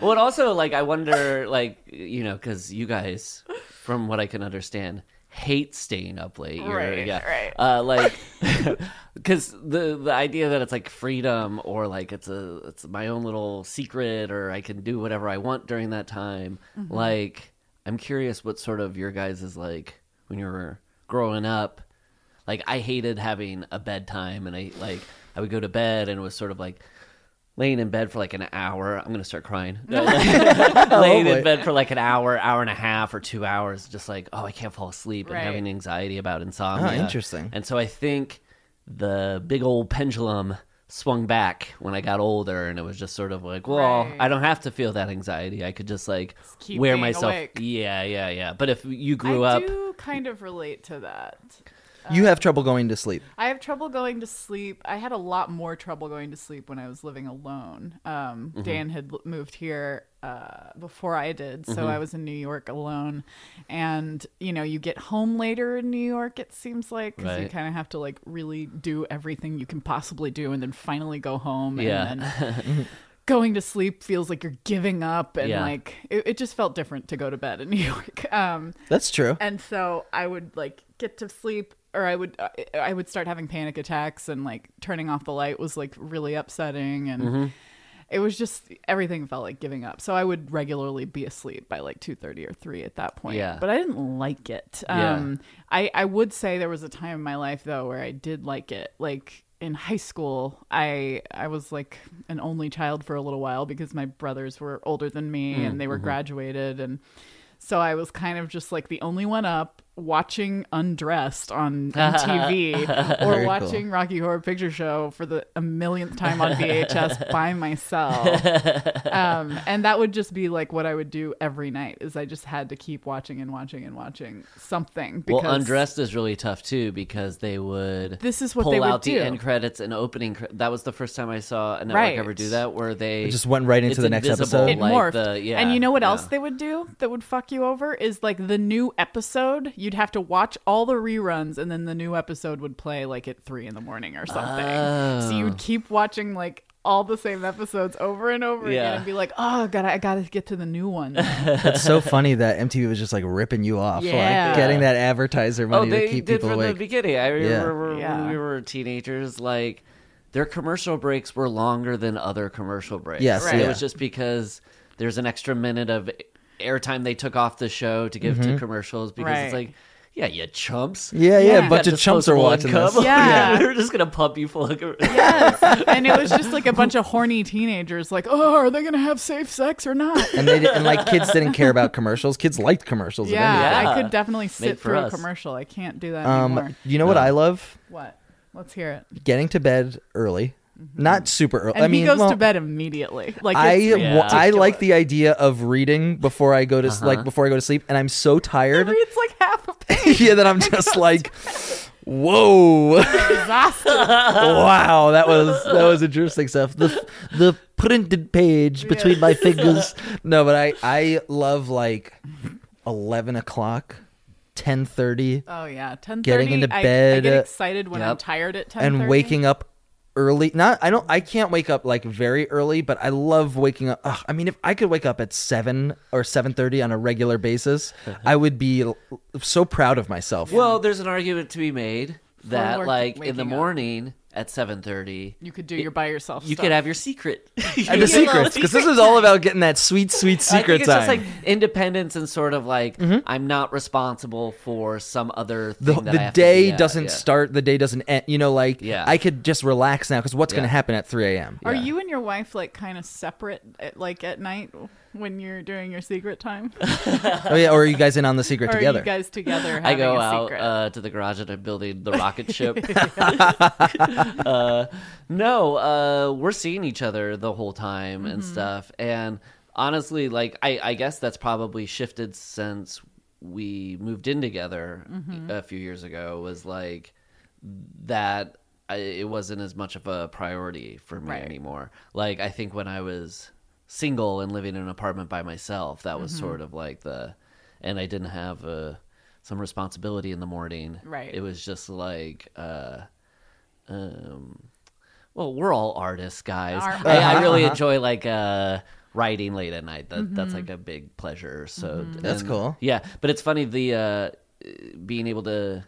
Speaker 5: Well, and also, like, I wonder, like, you know, because you guys, from what I can understand, hate staying up late. You're-
Speaker 3: Right,
Speaker 5: yeah.
Speaker 3: right.
Speaker 5: Uh, like, because the the idea that it's like freedom or like it's a it's my own little secret or I can do whatever I want during that time.
Speaker 3: Mm-hmm.
Speaker 5: Like, I'm curious what sort of your guys is like when you were growing up. Like, I hated having a bedtime, and I like I would go to bed, and it was sort of like laying in bed for like an hour. I'm gonna start crying. No, like, laying
Speaker 3: Oh,
Speaker 2: boy.
Speaker 5: in bed for like an hour, hour and a half, or two hours, just like oh, I can't fall asleep
Speaker 3: Right.
Speaker 5: and having anxiety about insomnia.
Speaker 2: Oh, interesting.
Speaker 5: And so I think the big old pendulum swung back when I got older, and it was just sort of like, well,
Speaker 3: Right.
Speaker 5: I don't have to feel that anxiety. I could just like
Speaker 3: keep
Speaker 5: wear
Speaker 3: being
Speaker 5: myself.
Speaker 3: awake.
Speaker 5: Yeah, yeah, yeah. But if you
Speaker 3: I
Speaker 5: grew up,
Speaker 3: do kind of relate to that.
Speaker 2: You have trouble going to sleep.
Speaker 3: I have trouble going to sleep. I had a lot more trouble going to sleep when I was living alone. Um,
Speaker 5: Mm-hmm.
Speaker 3: Dan had l- moved here uh, before I did,
Speaker 5: Mm-hmm.
Speaker 3: so I was in New York alone. And you know, you get home later in New York. It seems like 'cause you
Speaker 5: Right.
Speaker 3: kind of have to like really do everything you can possibly do, and then finally go home.
Speaker 5: Yeah.
Speaker 3: And then going to sleep feels like you're giving up, and
Speaker 5: Yeah.
Speaker 3: like it, it just felt different to go to bed in New York. Um,
Speaker 2: That's true.
Speaker 3: and so I would like get to sleep or I would I- I would start having panic attacks and like turning off the light was like really upsetting and
Speaker 5: Mm-hmm.
Speaker 3: it was just everything felt like giving up. So I would regularly be asleep by like 2:30 or 3 at that point.
Speaker 5: Yeah.
Speaker 3: But I didn't like it.
Speaker 5: Yeah.
Speaker 3: Um I I would say there was a time in my life though where I did like it. Like in high school, I I was like an only child for a little while because my brothers were older than me
Speaker 2: Mm,
Speaker 3: and they were
Speaker 2: mm-hmm.
Speaker 3: graduated and so I was kind of just like the only one up watching Undressed on MTV
Speaker 2: Very
Speaker 3: or
Speaker 2: cool.
Speaker 3: watching Rocky Horror Picture Show for the a millionth time on VHS by myself. Um, and that would just be like what I would do every night is I just had to keep watching and watching and watching something because
Speaker 5: well, undressed is really tough too because they would
Speaker 3: This is what
Speaker 5: pull
Speaker 3: they would
Speaker 5: out
Speaker 3: do.
Speaker 5: the end credits and opening. Cre- that was the first time I saw a network
Speaker 3: Right.
Speaker 5: ever do that, where they
Speaker 2: It just went right into
Speaker 5: it's
Speaker 2: the next
Speaker 5: invisible,
Speaker 2: episode.
Speaker 3: it
Speaker 5: like
Speaker 3: morphed.
Speaker 5: the- yeah,
Speaker 3: and you know what
Speaker 5: yeah.
Speaker 3: else they would do that would fuck you over is like the new episode. You'd have to watch all the reruns, and then the new episode would play like at three in the morning or something. So
Speaker 5: Oh.
Speaker 3: you would keep watching like all the same episodes over and over
Speaker 5: Yeah.
Speaker 3: again, and be like, "Oh God, I gotta get to the new one."
Speaker 2: It's so funny that MTV was just like ripping you off, like
Speaker 3: Yeah.
Speaker 2: getting that advertiser
Speaker 5: Oh,
Speaker 2: money
Speaker 5: they
Speaker 2: to keep
Speaker 5: did
Speaker 2: people
Speaker 5: from the
Speaker 2: awake.
Speaker 5: beginning. I remember
Speaker 3: Yeah.
Speaker 5: when we were teenagers, like their commercial breaks were longer than other commercial breaks.
Speaker 2: Yes,
Speaker 5: And
Speaker 2: yeah.
Speaker 5: it was just because there's an extra minute of airtime they took off the show to give to commercials because it's
Speaker 3: Right.
Speaker 5: like yeah, you chumps.
Speaker 2: Mm-hmm. Yeah, yeah,
Speaker 3: Yeah.
Speaker 2: a bunch
Speaker 5: Got
Speaker 2: of chumps are
Speaker 5: disposable
Speaker 2: watching
Speaker 5: income.
Speaker 2: this.
Speaker 3: Yeah.
Speaker 5: They're just gonna pump you full of
Speaker 3: and it was just like a bunch of horny teenagers, like, oh, are they gonna have safe sex or not?
Speaker 2: And they did, and like kids didn't care about commercials. Kids liked commercials. of anything.
Speaker 3: Yeah,
Speaker 5: Yeah.
Speaker 3: I could definitely sit
Speaker 5: for
Speaker 3: through a
Speaker 5: us.
Speaker 3: commercial. I can't do that anymore.
Speaker 2: Um, you know what I love?
Speaker 3: What? Let's hear it.
Speaker 2: Getting to bed early, not super early.
Speaker 3: Mm-hmm. And
Speaker 2: I mean,
Speaker 3: he goes
Speaker 2: well,
Speaker 3: to bed immediately. Like
Speaker 2: I
Speaker 3: it's
Speaker 2: wa- I
Speaker 3: ridiculous.
Speaker 2: like the idea of reading before I go to s like before I go to sleep, and I'm so tired.
Speaker 3: He reads like half a page.
Speaker 2: yeah, that I'm just like, whoa,
Speaker 3: Exhausted.
Speaker 2: wow, that was that was interesting stuff. The the printed page between my fingers. No, but I I love like eleven o'clock, ten thirty,
Speaker 3: Oh yeah, ten thirty.
Speaker 2: Getting into
Speaker 3: I,
Speaker 2: bed,
Speaker 3: get
Speaker 2: uh,
Speaker 3: excited when I'm
Speaker 5: Yep.
Speaker 3: tired at ten.
Speaker 2: and waking up early. Not I don't I can't wake up like very early, but I love waking up. Ugh, I mean, if I could wake up at seven or seven thirty on a regular basis, I would be l- so proud of myself.
Speaker 5: Well, there's an argument to be made that
Speaker 3: work-
Speaker 5: like in the
Speaker 3: waking up.
Speaker 5: morning at seven thirty
Speaker 3: You could do your by yourself.
Speaker 5: you
Speaker 3: stuff.
Speaker 5: could have your secret.
Speaker 2: and the secrets, because this is all about getting that sweet, sweet
Speaker 5: I think
Speaker 2: secret
Speaker 5: it's
Speaker 2: time. Mm-hmm.
Speaker 5: just like independence and sort of like I'm not responsible for some other
Speaker 2: the,
Speaker 5: thing that I
Speaker 2: the
Speaker 5: have to do.
Speaker 2: day
Speaker 5: Yeah,
Speaker 2: doesn't
Speaker 5: yeah.
Speaker 2: start the day doesn't end you know like
Speaker 5: Yeah.
Speaker 2: i could just relax now because what's going
Speaker 5: Yeah.
Speaker 2: to happen at 3 a.m
Speaker 3: Are
Speaker 2: Yeah.
Speaker 3: you and your wife like kind of separate, at, like at night when you're doing your secret time?
Speaker 2: oh yeah or are you guys in on the secret
Speaker 3: Or
Speaker 2: together
Speaker 3: are you guys together?
Speaker 5: I
Speaker 3: Having
Speaker 5: go
Speaker 3: a
Speaker 5: out
Speaker 3: secret?
Speaker 5: uh, to the garage and I'm building the rocket ship. uh, no, uh, we're seeing each other the whole time and
Speaker 3: Mm-hmm.
Speaker 5: stuff. And honestly, like I, I guess that's probably shifted since we moved in together
Speaker 3: Mm-hmm.
Speaker 5: a few years ago. Was like that I, it wasn't as much of a priority for me
Speaker 3: Right.
Speaker 5: anymore. Like I think when I was single and living in an apartment by myself, that was
Speaker 3: Mm-hmm.
Speaker 5: sort of like the, and I didn't have uh some responsibility in the morning.
Speaker 3: Right.
Speaker 5: It was just like, uh, um, well, we're all artists, guys.
Speaker 3: Our-
Speaker 5: I, I really enjoy like uh, writing late at night. That
Speaker 3: Mm-hmm.
Speaker 5: that's like a big pleasure. So
Speaker 2: That's
Speaker 5: and-
Speaker 2: cool.
Speaker 5: Yeah, but it's funny the uh, being able to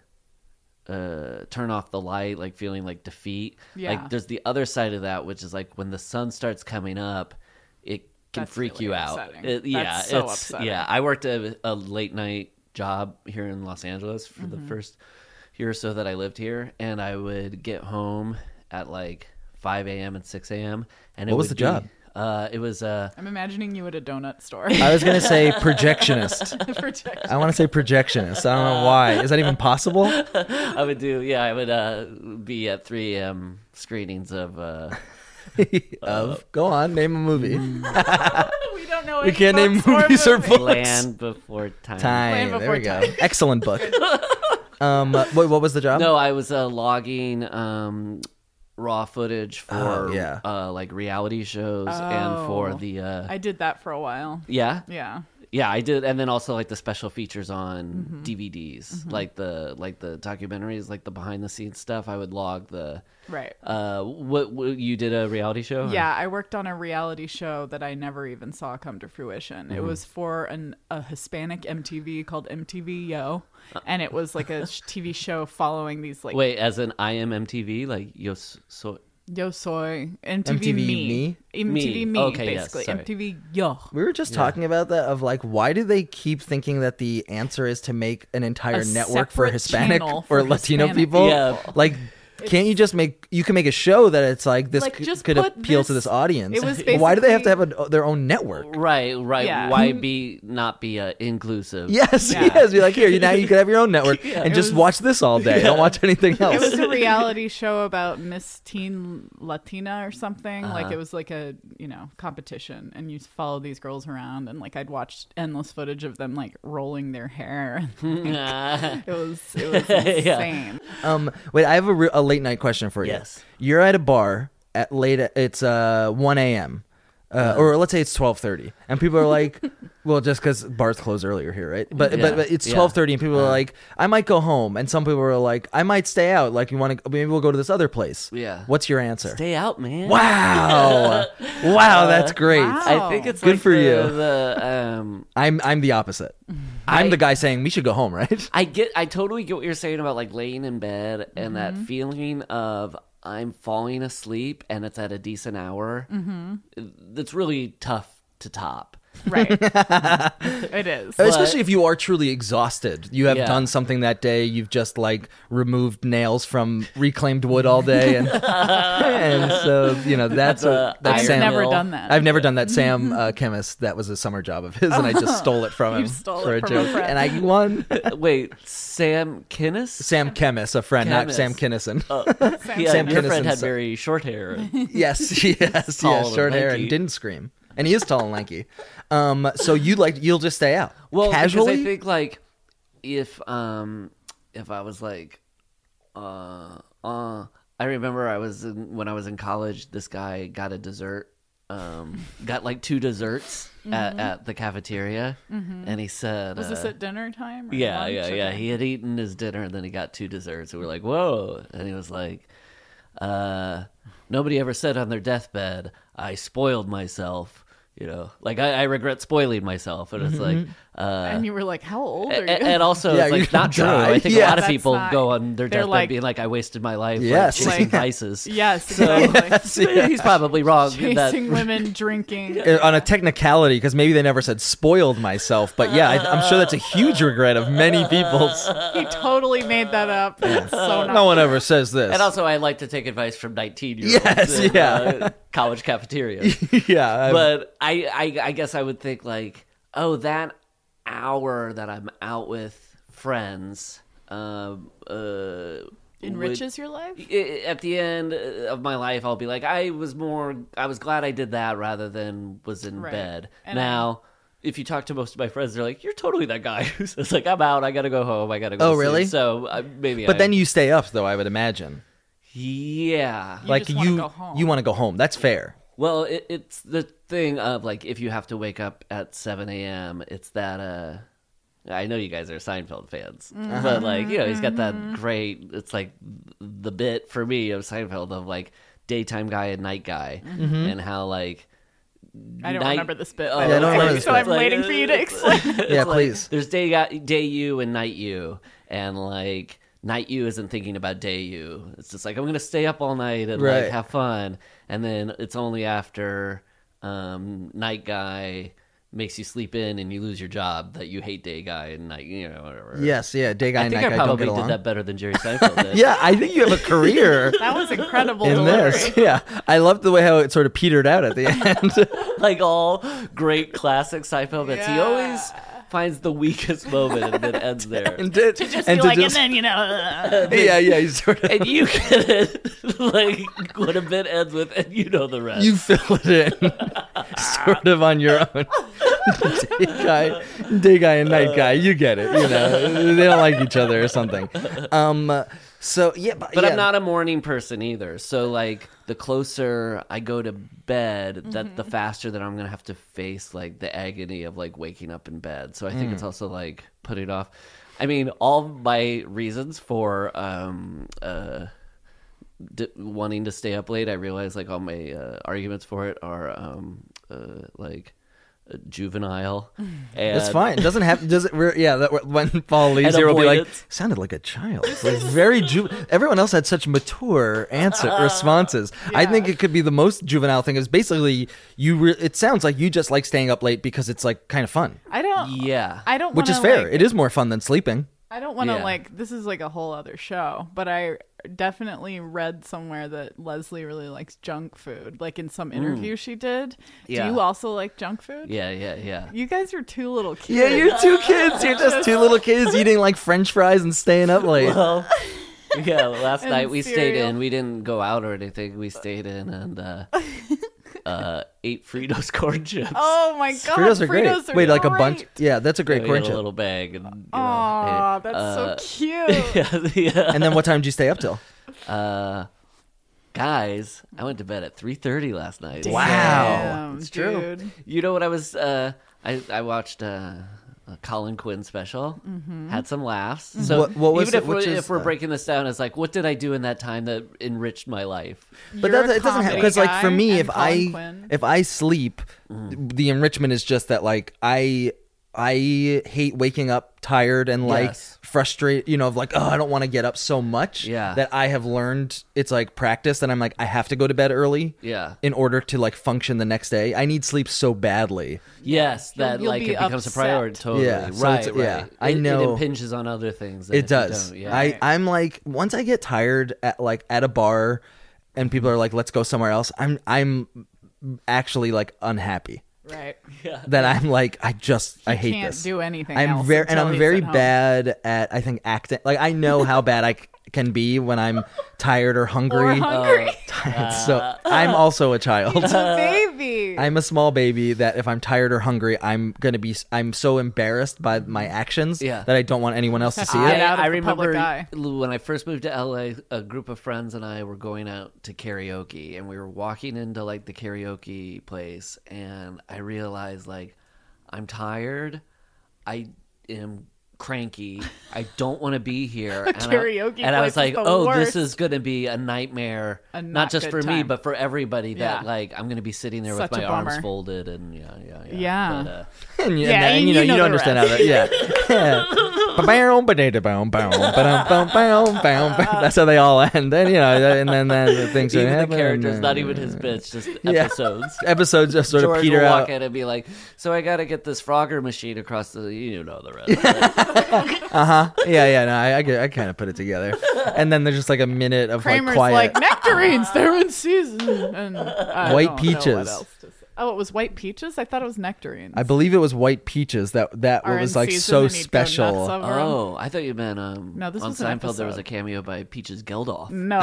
Speaker 5: uh, turn off the light, like feeling like defeat.
Speaker 3: Yeah.
Speaker 5: Like there's the other side of that, which is like when the sun starts coming up, it can
Speaker 3: That's
Speaker 5: freak
Speaker 3: really
Speaker 5: you out.
Speaker 3: upsetting.
Speaker 5: It-
Speaker 3: That's
Speaker 5: yeah,
Speaker 3: so
Speaker 5: it's
Speaker 3: upsetting.
Speaker 5: yeah. I worked a, a late night job here in Los Angeles for
Speaker 3: Mm-hmm.
Speaker 5: the first year or so that I lived here, and I would get home at like 5 a.m. and 6 a.m. And it
Speaker 2: What was
Speaker 5: would
Speaker 2: the
Speaker 5: be-
Speaker 2: job?
Speaker 5: Uh, it was uh,
Speaker 3: I'm imagining you at a donut store.
Speaker 2: i was going to say projectionist
Speaker 3: Protect-
Speaker 2: i want to say projectionist i don't know why is that even possible
Speaker 5: I would do yeah. I would uh, be at 3 a.m. screenings of. Uh,
Speaker 3: Uh,
Speaker 2: of go on name a movie
Speaker 3: we don't know.
Speaker 2: we
Speaker 3: any
Speaker 2: can't name
Speaker 3: books or
Speaker 2: movies or
Speaker 3: movies.
Speaker 2: books
Speaker 5: Land before time.
Speaker 2: time
Speaker 3: Land
Speaker 2: there we
Speaker 3: Before
Speaker 2: go excellent book um what, what was the job
Speaker 5: No, I was uh, logging um, raw footage for
Speaker 2: Oh, yeah.
Speaker 5: uh, like reality shows and for the uh,
Speaker 3: I did that for a while.
Speaker 5: yeah
Speaker 3: Yeah.
Speaker 5: yeah I did, and then also like the special features on DVDs, like the like the documentaries, like the behind the scenes stuff. I would log the.
Speaker 3: Right.
Speaker 5: Uh, what, what you did a reality show? or-
Speaker 3: Yeah, I worked on a reality show that I never even saw come to fruition.
Speaker 5: Mm-hmm.
Speaker 3: It was for an a Hispanic MTV called MTV Yo, and it was like a sh- TV show following these like
Speaker 5: Uh. Wait, as an IMMTV, like yo, s- so
Speaker 3: Yo Soy MTV,
Speaker 2: MTV
Speaker 3: Me,
Speaker 2: Me?
Speaker 3: MTV Me,
Speaker 5: Me.
Speaker 3: okay,
Speaker 5: Okay, yes,
Speaker 3: basically
Speaker 5: sorry.
Speaker 3: MTV Yo.
Speaker 2: we were just talking about that of like why do they keep thinking that the answer is to make an entire
Speaker 3: A
Speaker 2: network for
Speaker 3: separate
Speaker 2: Hispanic
Speaker 3: channel
Speaker 2: or
Speaker 3: for
Speaker 2: Latino
Speaker 3: Hispanic
Speaker 2: people?
Speaker 5: Yeah.
Speaker 2: Like can't you just make you can make a show that it's like this
Speaker 3: Like,
Speaker 2: c-
Speaker 3: just
Speaker 2: could
Speaker 3: put
Speaker 2: appeal to
Speaker 3: this-
Speaker 2: this audience?
Speaker 3: it was
Speaker 2: why do they have to have
Speaker 3: basically-
Speaker 2: a, their own network?
Speaker 5: right, right.
Speaker 3: Yeah.
Speaker 5: Why
Speaker 2: Hmm.
Speaker 5: be not be uh, inclusive?
Speaker 2: Yes,
Speaker 3: Yeah.
Speaker 2: yes. Be like, here, you, now you could have your own network and
Speaker 3: It
Speaker 2: just
Speaker 3: was-
Speaker 2: watch this all day. Don't watch anything
Speaker 3: It
Speaker 2: else.
Speaker 3: was a reality show about Miss Teen Latina or something. Like
Speaker 5: Uh-huh.
Speaker 3: it was like a you know competition, and you follow these girls around, and like I'd watched endless footage of them like rolling their hair. it was it was insane.
Speaker 2: Um, wait, I have a, re- a late night question for you.
Speaker 5: Yes.
Speaker 2: You're at a bar at late. It's uh 1 a.m.
Speaker 5: Uh-huh.
Speaker 2: Uh, or let's say it's 12:30, and people are like, "Well, just because bars close earlier here, right?" But but,
Speaker 5: Yeah.
Speaker 2: but it's
Speaker 5: Yeah. Uh-huh.
Speaker 2: 12:30, and people are like, "I might go home," and some people are like, "I might stay out. Like, you want to? Maybe we'll go to this other place."
Speaker 5: Yeah.
Speaker 2: What's your answer?
Speaker 5: Stay Uh, out, man.
Speaker 2: wow, wow, that's great.
Speaker 3: wow.
Speaker 5: I think it's
Speaker 2: Good
Speaker 5: like
Speaker 2: for
Speaker 5: the-
Speaker 2: you.
Speaker 5: The um,
Speaker 2: I'm I'm the opposite. I'm the guy saying we should go home, right?
Speaker 5: I get, I totally get what you're saying about like laying in bed and that feeling of I'm falling asleep and it's at a decent hour. That's really tough to top.
Speaker 3: Right. it is.
Speaker 2: Especially if you are truly exhausted. You have
Speaker 5: Yeah.
Speaker 2: done something that day. You've just like removed nails from reclaimed wood all day, and, and so you know that's, a,
Speaker 5: a
Speaker 2: that's
Speaker 3: I've
Speaker 2: Sam.
Speaker 3: never done that.
Speaker 2: I've never done that. Sam uh, chemist. That was a summer job of his, and I just stole it from him
Speaker 3: Oh. stole
Speaker 2: for
Speaker 3: it
Speaker 2: a
Speaker 3: from a
Speaker 2: joke.
Speaker 3: friend.
Speaker 2: and I won.
Speaker 5: Wait, Sam Kinnis?
Speaker 2: Sam Chemis, a friend, not
Speaker 5: Chemis.
Speaker 2: Sam Kinnison.
Speaker 5: Oh. yeah,
Speaker 2: Sam
Speaker 5: your
Speaker 2: Kinnis
Speaker 5: friend
Speaker 2: and
Speaker 5: had
Speaker 2: Sa-
Speaker 5: very short hair.
Speaker 2: yes, yes,
Speaker 5: tall
Speaker 2: yes.
Speaker 5: and
Speaker 2: Short hair and
Speaker 5: lanky.
Speaker 2: didn't scream, and he is tall and lanky. Um, so you like you'll just stay out
Speaker 5: Well,
Speaker 2: casually.
Speaker 5: because I think like if um if I was like uh uh I remember I was in, when I was in college. This guy got a dessert, um, got like two desserts at, at the cafeteria, and he said,
Speaker 3: Mm-hmm. Was this
Speaker 5: uh,
Speaker 3: at dinner time? Or
Speaker 5: yeah,
Speaker 3: lunch?
Speaker 5: yeah,
Speaker 3: Okay.
Speaker 5: yeah. He had eaten his dinner and then he got two desserts. And we were like, whoa. And he was like, uh, nobody ever said on their deathbed, I spoiled myself. You know, like I, I regret spoiling myself. And it's
Speaker 3: Mm-hmm.
Speaker 5: like, uh,
Speaker 3: and you were like, how old
Speaker 5: a-
Speaker 3: are
Speaker 5: a-
Speaker 3: you?
Speaker 5: and, also,
Speaker 2: Yeah,
Speaker 5: it's
Speaker 2: you're
Speaker 5: like
Speaker 2: gonna
Speaker 5: not true.
Speaker 2: die.
Speaker 5: I think
Speaker 2: Yeah.
Speaker 5: a lot of
Speaker 3: That's
Speaker 5: people
Speaker 3: not-
Speaker 5: go on their
Speaker 3: they're
Speaker 5: deathbed
Speaker 3: like-
Speaker 5: being like, I wasted my life
Speaker 2: Yes.
Speaker 5: like, chasing
Speaker 3: Like-
Speaker 5: vices.
Speaker 3: yes,
Speaker 5: So
Speaker 3: exactly.
Speaker 5: he's probably wrong. in that-
Speaker 3: Chasing women, drinking.
Speaker 2: Uh, on a technicality because maybe they never said spoiled myself but yeah I, i'm sure that's a huge regret of many people's
Speaker 3: He totally made that up. It's so not
Speaker 2: no one ever says this
Speaker 5: And also, I like to take advice from 19 year olds
Speaker 2: Yes,
Speaker 5: in
Speaker 2: yeah.
Speaker 5: uh, college cafeteria.
Speaker 2: yeah I-
Speaker 5: but I, I I guess I would think like, oh, that hour that I'm out with friends, um, uh,
Speaker 3: enriches your life.
Speaker 5: would- i- at the end of my life, I'll be like, I was more, I was glad I did that rather than was in
Speaker 3: Right.
Speaker 5: bed.
Speaker 3: And
Speaker 5: now. if you talk to most of my friends, they're like, "You're totally that guy who says like, I'm out, I gotta go home, I gotta go."
Speaker 2: Oh,
Speaker 5: to sleep."
Speaker 2: really?
Speaker 5: So uh, maybe.
Speaker 2: but
Speaker 5: I-
Speaker 2: then you stay up though i would imagine
Speaker 5: yeah,
Speaker 2: like
Speaker 3: just wanna
Speaker 2: you
Speaker 3: go home.
Speaker 2: you want to go home that's fair
Speaker 5: Well, it, it's the thing of like if you have to wake up at seven a.m. It's that uh, I know you guys are Seinfeld fans, but like you know he's got that great. It's like the bit for me of Seinfeld of like daytime guy and night guy, and how like
Speaker 3: I don't
Speaker 5: night-
Speaker 3: remember this bit.
Speaker 5: Oh,
Speaker 3: by the
Speaker 2: I don't
Speaker 3: way,
Speaker 2: remember this
Speaker 3: so
Speaker 2: bit.
Speaker 3: I'm waiting for
Speaker 2: uh,
Speaker 3: you to explain.
Speaker 2: yeah please
Speaker 5: there's day guy- day you and night you, and like night you isn't thinking about day you. It's just like I'm gonna stay up all night and
Speaker 2: Right.
Speaker 5: like have fun, and then it's only after um, night guy makes you sleep in and you lose your job that you hate day guy and night you know whatever.
Speaker 2: yes yeah day guy
Speaker 5: I
Speaker 2: and
Speaker 5: think
Speaker 2: night
Speaker 5: I
Speaker 2: guy don't
Speaker 5: probably
Speaker 2: get
Speaker 5: did
Speaker 2: along
Speaker 5: that better than Jerry Seinfeld did.
Speaker 2: yeah i think you have a career
Speaker 3: That was incredible
Speaker 2: in
Speaker 3: delivery.
Speaker 2: this yeah i love the way how it sort of petered out at the end
Speaker 5: like all great classic Seinfeld bits. He
Speaker 3: Yeah.
Speaker 5: always finds the weakest moment and then ends there.
Speaker 2: and to,
Speaker 3: Just
Speaker 2: and
Speaker 3: be
Speaker 2: to
Speaker 3: like,
Speaker 2: just-
Speaker 3: and then you know. uh,
Speaker 2: yeah yeah you sort of
Speaker 5: and you get it like what a bit ends with and you know the rest
Speaker 2: You fill it in, sort of on your own. day guy, day guy, and night guy. You get it. You know they don't like each other or something. Um. So yeah, but,
Speaker 5: but
Speaker 2: yeah.
Speaker 5: i'm not a morning person either so like the closer i go to bed that the faster that i'm gonna have to face like the agony of like waking up in bed so i think it's
Speaker 2: Mm.
Speaker 5: also like putting off i mean all my reasons for um uh d- wanting to stay up late i realize like all my uh, arguments for it are um uh, like uh, juvenile and
Speaker 2: It's fine. It doesn't have. Does it? re- Yeah. That, when Paul leaves
Speaker 5: And
Speaker 2: here, we'll be like,
Speaker 5: avoidance.
Speaker 2: sounded like a child. Like very ju- Everyone else had such mature answer
Speaker 5: Uh-huh.
Speaker 2: responses. I think it could be the most juvenile thing. Is basically you. Re- it sounds like you just like staying up late because it's like kind of fun,
Speaker 3: I don't.
Speaker 5: yeah
Speaker 3: I don't.
Speaker 2: which is
Speaker 3: wanna,
Speaker 2: fair.
Speaker 3: like-
Speaker 2: it is more fun than sleeping.
Speaker 3: I don't want to
Speaker 5: Yeah.
Speaker 3: like this is like a whole other show, but I definitely read somewhere that Leslie really likes junk food. Like in
Speaker 2: Mm.
Speaker 3: some interview she did.
Speaker 5: Yeah.
Speaker 3: Do you also like junk food?
Speaker 5: yeah yeah yeah
Speaker 3: You guys are two little kids.
Speaker 2: Yeah, you're two kids. You're just two little kids eating like French fries and staying up late.
Speaker 5: well, yeah, last
Speaker 3: And
Speaker 5: night we stayed
Speaker 3: cereal.
Speaker 5: in. We didn't go out or anything. We stayed in and uh, uh, ate Fritos corn chips.
Speaker 3: Oh my god,
Speaker 2: Fritos are great.
Speaker 3: Fritos
Speaker 2: Wait, like a bunch.
Speaker 3: great.
Speaker 2: Yeah, that's a
Speaker 5: We
Speaker 2: great
Speaker 5: ate
Speaker 2: corn
Speaker 5: a
Speaker 2: chip.
Speaker 5: little bag. And, you know,
Speaker 3: Aw,
Speaker 5: ate it.
Speaker 3: that's
Speaker 5: Uh,
Speaker 3: so cute.
Speaker 5: yeah, yeah.
Speaker 2: And then what time did you stay up till?
Speaker 5: Uh, guys, I went to bed at three thirty last night.
Speaker 2: Wow.
Speaker 3: it's
Speaker 5: true. You know what I was? Uh, I I watched uh, a Colin Quinn special.
Speaker 3: Mm-hmm.
Speaker 5: Had some laughs. So
Speaker 2: Mm-hmm. What- what was
Speaker 5: even
Speaker 2: it?
Speaker 5: if, we're,
Speaker 2: Which is
Speaker 5: if we're
Speaker 2: the-
Speaker 5: breaking this down, it's like, what did I do in that time that enriched my life?
Speaker 2: But
Speaker 3: You're
Speaker 2: that
Speaker 3: a
Speaker 2: it doesn't
Speaker 3: comedy
Speaker 2: because like for
Speaker 3: guy
Speaker 2: me,
Speaker 3: and
Speaker 2: if
Speaker 3: Colin
Speaker 2: I
Speaker 3: Quinn.
Speaker 5: Mm.
Speaker 2: if I sleep, the enrichment is just that like I I hate waking up tired and like
Speaker 5: Yes.
Speaker 2: frustrated, you know, of like, oh, I don't want to get up so much.
Speaker 5: Yeah.
Speaker 2: That I have learned it's like practice that I'm like, I have to go to bed early.
Speaker 5: Yeah.
Speaker 2: In order to like function the next day. I need sleep so badly.
Speaker 5: Yes, that
Speaker 3: you'll
Speaker 5: like it
Speaker 3: be
Speaker 5: becomes a
Speaker 3: upset.
Speaker 5: priority. Totally.
Speaker 2: Yeah, so
Speaker 5: right.
Speaker 2: it's-
Speaker 5: right.
Speaker 2: yeah, I
Speaker 5: It- it
Speaker 2: know.
Speaker 5: impinges on other things. than
Speaker 2: It
Speaker 5: if you
Speaker 2: does.
Speaker 5: don't, Yeah.
Speaker 2: I, I'm like once I get tired at like at a bar and people are like, let's go somewhere else, I'm I'm actually like unhappy.
Speaker 3: Right.
Speaker 2: That I'm like, I just I hate
Speaker 3: can't
Speaker 2: this.
Speaker 3: do anything
Speaker 2: I'm
Speaker 3: else
Speaker 2: very and
Speaker 3: until
Speaker 2: I'm
Speaker 3: he's
Speaker 2: very
Speaker 3: at home.
Speaker 2: bad at I think acting like I know how bad I c- can be when I'm tired or
Speaker 3: Or
Speaker 2: hungry.
Speaker 3: hungry.
Speaker 5: Oh.
Speaker 2: so I'm also a child.
Speaker 3: baby.
Speaker 2: I'm a small baby that if I'm tired or hungry, I'm gonna be. s- I'm so embarrassed by my actions
Speaker 5: Yeah.
Speaker 2: that I don't want anyone else to see
Speaker 3: hide
Speaker 2: it.
Speaker 3: it out
Speaker 5: I
Speaker 3: of the public
Speaker 5: remember
Speaker 3: eye.
Speaker 5: when I first moved to LA, a group of friends and I were going out to karaoke, and we were walking into like the karaoke place, and I realized like I'm tired, I am cranky, I don't want to be here. and I-
Speaker 3: karaoke
Speaker 5: and I was
Speaker 3: place
Speaker 5: like,
Speaker 3: is the
Speaker 5: oh,
Speaker 3: worst.
Speaker 5: this is going to be a nightmare,
Speaker 3: A
Speaker 5: not,
Speaker 3: not
Speaker 5: just
Speaker 3: good
Speaker 5: for me,
Speaker 3: time.
Speaker 5: but for everybody. That
Speaker 3: Yeah.
Speaker 5: like I'm going to be sitting there
Speaker 3: Such
Speaker 5: with my
Speaker 3: a
Speaker 5: arms
Speaker 3: bummer.
Speaker 5: folded, and yeah, yeah, yeah.
Speaker 3: Yeah.
Speaker 5: But, uh,
Speaker 2: And, you-
Speaker 3: Yeah,
Speaker 2: and,
Speaker 3: and
Speaker 2: you know
Speaker 3: you
Speaker 2: you,
Speaker 3: know
Speaker 2: don't
Speaker 3: the
Speaker 2: understand how that. Yeah. Ba-bow, ba-da-da, bow, bow, ba-dum, bow, bow, bow, bow. That's how they all end. And you know, and then, then the things that
Speaker 5: even the
Speaker 2: happen.
Speaker 5: characters,
Speaker 2: and-
Speaker 5: not even his bitch, just episodes.
Speaker 2: Episodes just sort
Speaker 5: George
Speaker 2: of peter
Speaker 5: will
Speaker 2: out.
Speaker 5: walk in and be like, "So I got to get this Frogger machine across the, you know, the rest."
Speaker 2: yeah, yeah, no, I, I, get- I kind of put it together. And then there's just like a minute of like
Speaker 3: Kramer's
Speaker 2: quiet.
Speaker 3: like nectarines. They're in season. And I
Speaker 2: White
Speaker 3: don't know what
Speaker 2: peaches.
Speaker 3: else to say. Oh, it was white peaches. I thought it was nectarines.
Speaker 2: I believe it was white peaches that that
Speaker 3: Are
Speaker 2: was
Speaker 3: in
Speaker 2: like
Speaker 3: season
Speaker 2: so
Speaker 3: and he'd go nuts
Speaker 2: special.
Speaker 3: over 'em.
Speaker 5: oh, I thought you meant um.
Speaker 3: Uh-huh. No, this
Speaker 5: on
Speaker 3: was an
Speaker 5: Seinfeld there was a
Speaker 3: episode. Mm.
Speaker 5: cameo by Peaches Geldoff.
Speaker 3: No.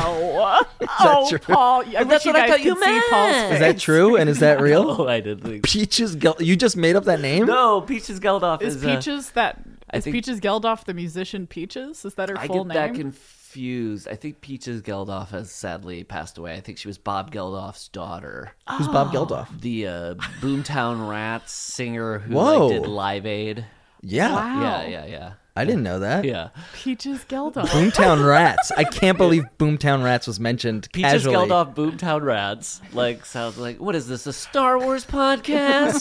Speaker 3: oh,
Speaker 2: true?
Speaker 3: Paul. I wish
Speaker 5: that's
Speaker 3: you
Speaker 5: what I
Speaker 3: guys
Speaker 5: thought you
Speaker 3: could see Paul's
Speaker 5: meant.
Speaker 3: face.
Speaker 2: Is that true? And is that real?
Speaker 5: Oh, I didn't think.
Speaker 2: Peaches, Gel- you just made up that name?
Speaker 5: No, Peaches Geldoff is,
Speaker 3: Is
Speaker 5: uh,
Speaker 3: Peaches that?
Speaker 5: I
Speaker 3: Is
Speaker 5: think-
Speaker 3: Peaches Geldoff the musician Peaches? Is that her
Speaker 5: I
Speaker 3: full
Speaker 5: get that
Speaker 3: name?
Speaker 5: confused. I think Peaches Geldoff has sadly passed away. I think she was Bob Geldoff's daughter,
Speaker 2: Who's Bob Geldof?
Speaker 5: the uh, Boomtown Rats singer who
Speaker 2: Whoa.
Speaker 5: like, did Live Aid.
Speaker 2: Yeah,
Speaker 3: wow.
Speaker 5: Yeah, yeah, yeah,
Speaker 2: I didn't know that.
Speaker 5: yeah.
Speaker 3: Peaches Geldoff.
Speaker 2: Boomtown Rats. I can't believe Boomtown Rats was mentioned
Speaker 5: Peaches
Speaker 2: casually.
Speaker 5: Geldoff Boomtown Rats. Like sounds like what is this? A Star Wars podcast?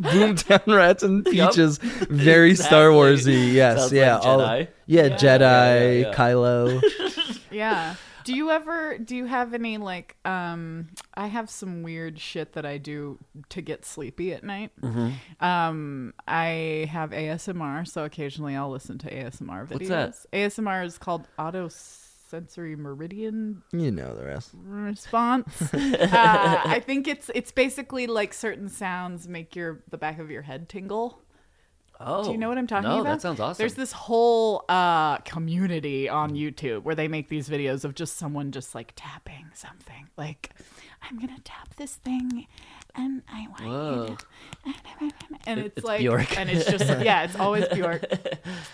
Speaker 2: Boomtown Rats and
Speaker 5: Yup.
Speaker 2: Peaches, very Star
Speaker 5: Exactly.
Speaker 2: Warsy. Yes,
Speaker 5: Sounds
Speaker 2: yeah,
Speaker 5: like
Speaker 2: all-
Speaker 5: Jedi.
Speaker 2: yeah, Jedi,
Speaker 5: yeah, yeah.
Speaker 2: Kylo.
Speaker 3: yeah. Do you ever? Do you have any like? Um, I have some weird shit that I do to get sleepy at night.
Speaker 5: Mm-hmm.
Speaker 3: Um, I have ASMR, so occasionally I'll listen to ASMR videos.
Speaker 5: What's that?
Speaker 3: ASMR is called autosensory meridian
Speaker 2: you know the rest.
Speaker 3: response. uh, I think it's it's basically like certain sounds make your the back of your head tingle.
Speaker 5: oh,
Speaker 3: Do you know what I'm talking
Speaker 5: no,
Speaker 3: about?
Speaker 5: that sounds awesome.
Speaker 3: There's this whole uh, community on YouTube where they make these videos of just someone just like tapping something. Like, I'm going to tap this thing and I want
Speaker 5: Whoa.
Speaker 3: you to. And it's,
Speaker 5: it's
Speaker 3: like,
Speaker 5: Bjork.
Speaker 3: and it's just, yeah, it's always Bjork.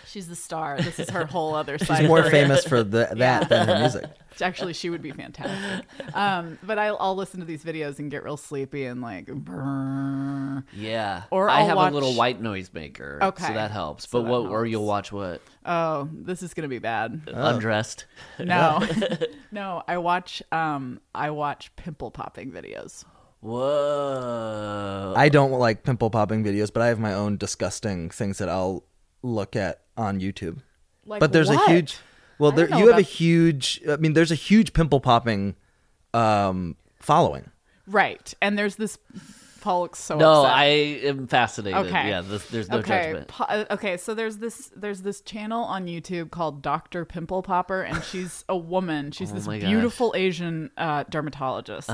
Speaker 3: She's the star. This is her whole other side.
Speaker 2: She's
Speaker 3: of
Speaker 2: more
Speaker 3: her.
Speaker 2: famous for the, that than her music.
Speaker 3: Actually, she would be fantastic. Um, but I'll, I'll listen to these videos and get real sleepy and like, brrr.
Speaker 5: yeah,
Speaker 3: Or
Speaker 5: I
Speaker 3: I'll
Speaker 5: have
Speaker 3: watch-
Speaker 5: a little white noise maker, so
Speaker 3: Okay.
Speaker 5: that helps.
Speaker 3: So
Speaker 5: but
Speaker 3: that
Speaker 5: what? Or
Speaker 3: helps.
Speaker 5: you'll watch what?
Speaker 3: oh, this is going to be bad.
Speaker 5: Undressed.
Speaker 3: No, no. I watch um I watch pimple popping videos.
Speaker 5: Whoa.
Speaker 2: I don't like pimple popping videos, but I have my own disgusting things that I'll look at on YouTube.
Speaker 3: Like
Speaker 2: but there's
Speaker 3: what?
Speaker 2: a huge. Well, there
Speaker 3: know
Speaker 2: you have a
Speaker 3: about-
Speaker 2: huge. I mean, there's a huge pimple popping um, following.
Speaker 3: Right, and there's this Paul looks so
Speaker 5: no,
Speaker 3: upset.
Speaker 5: I am fascinated.
Speaker 3: Okay.
Speaker 5: Yeah, this, there's no
Speaker 3: okay,
Speaker 5: judgment.
Speaker 3: po- uh, okay. So there's this there's this channel on YouTube called Doctor Pimple Popper, and she's a woman. She's this
Speaker 5: Oh my gosh. Uh-huh.
Speaker 3: beautiful Asian uh, dermatologist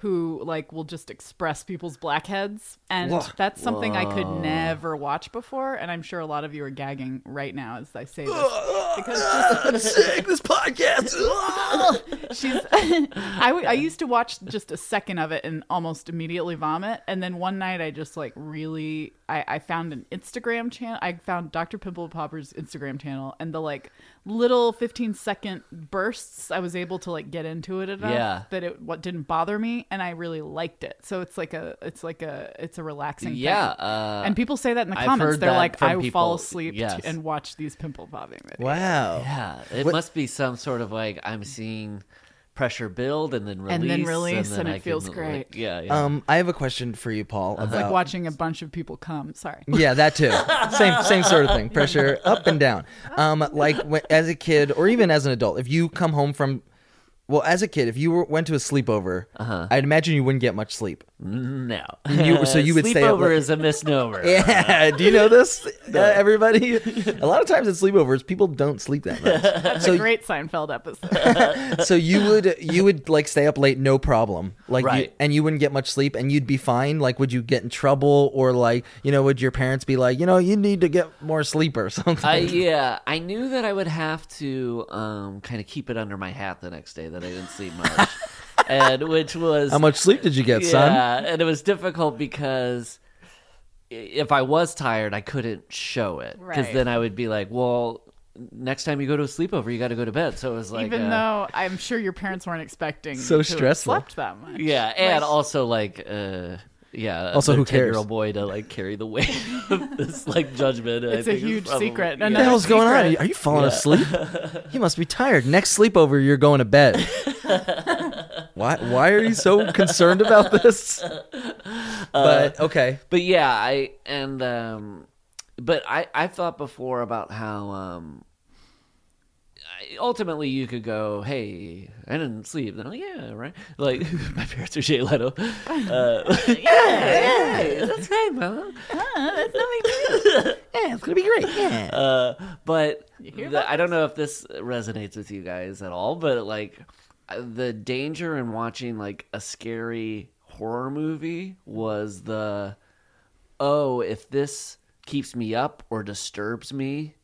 Speaker 3: who like will just express people's blackheads, and that's something I could never watch before. And I'm sure a lot of you are gagging right now as I say this because just
Speaker 2: I'm sick. This podcast.
Speaker 3: She's. I, w- I used to watch just a second of it and almost immediately vomit. And then one night I just like really. I, I found an Instagram channel. I found Dr. Pimple Popper's Instagram channel and the like little 15 second bursts. I was able to like get into it enough
Speaker 5: Yeah.
Speaker 3: that it what didn't bother me and I really liked it. So it's like a it's like a it's a relaxing. thing.
Speaker 5: Yeah. Uh,
Speaker 3: and people say that in the
Speaker 5: I've
Speaker 3: comments.
Speaker 5: heard
Speaker 3: They're
Speaker 5: that
Speaker 3: like,
Speaker 5: from
Speaker 3: I
Speaker 5: people.
Speaker 3: fall asleep t-
Speaker 5: Yes.
Speaker 3: and watch these pimple popping videos.
Speaker 2: wow.
Speaker 5: yeah. It must be some sort of like I'm seeing pressure build and then release
Speaker 3: And then release, and it
Speaker 5: I
Speaker 3: feels
Speaker 5: can,
Speaker 3: great.
Speaker 5: Like, yeah, yeah.
Speaker 2: Um, I have a question for you, Paul.
Speaker 3: It's like
Speaker 2: About
Speaker 3: watching a bunch of people come. Sorry.
Speaker 2: yeah, that too. Same same sort of thing. Pressure up and down. Um, like when, as a kid or even as an adult, if you come home from, well, as a kid, if you were, went to a sleepover, I'd imagine you wouldn't get much sleep.
Speaker 5: no.
Speaker 2: you- so you would stay up
Speaker 5: sleepover
Speaker 2: late-
Speaker 5: is a misnomer.
Speaker 2: Yeah. Do you know this, uh, everybody? A lot of times at sleepovers, people don't sleep that much. so
Speaker 3: Great Seinfeld episode.
Speaker 2: so you would you would like stay up late no problem like you-
Speaker 5: Right.
Speaker 2: and you wouldn't get much sleep and you'd be fine like would you get in trouble or like you know would your parents be like you know you need to get more sleep or something
Speaker 5: I, yeah, I knew that I would have to um, kind of keep it under my hat the next day that I didn't sleep much, and which was
Speaker 2: how much sleep did you get son
Speaker 5: Yeah, and it was difficult because i- if I was tired, I couldn't show it because
Speaker 3: Right.
Speaker 5: then I would be like, "Well, next time you go to a sleepover, you got to go to bed." So it was like,
Speaker 3: Even
Speaker 5: uh,
Speaker 3: though I'm sure your parents weren't expecting
Speaker 2: So
Speaker 3: to have
Speaker 2: stressful.
Speaker 3: slept that much.
Speaker 5: yeah, and also like, uh, yeah,
Speaker 2: Also, who cares?
Speaker 5: Year old boy to like carry the weight of this like judgment. I
Speaker 3: It's a
Speaker 5: think is
Speaker 3: huge
Speaker 5: probably-
Speaker 3: secret.
Speaker 5: Yeah.
Speaker 2: what the hell's going on? Are you,
Speaker 3: Secret.
Speaker 2: are you falling asleep? You must be tired. Next sleepover, you're going to bed. why? Why are you so concerned about this?
Speaker 5: Uh,
Speaker 2: but okay,
Speaker 5: but yeah i and um but i i thought before about how um I- ultimately you could go hey i didn't sleep then like yeah right like my parents are jay leto uh, yeah, yeah that's right mom
Speaker 2: yeah, it's gonna be great. Yeah.
Speaker 5: uh, but the, I don't know if this resonates with you guys at all, but like uh, the danger in watching like a scary horror movie was the oh, if this keeps me up or disturbs me,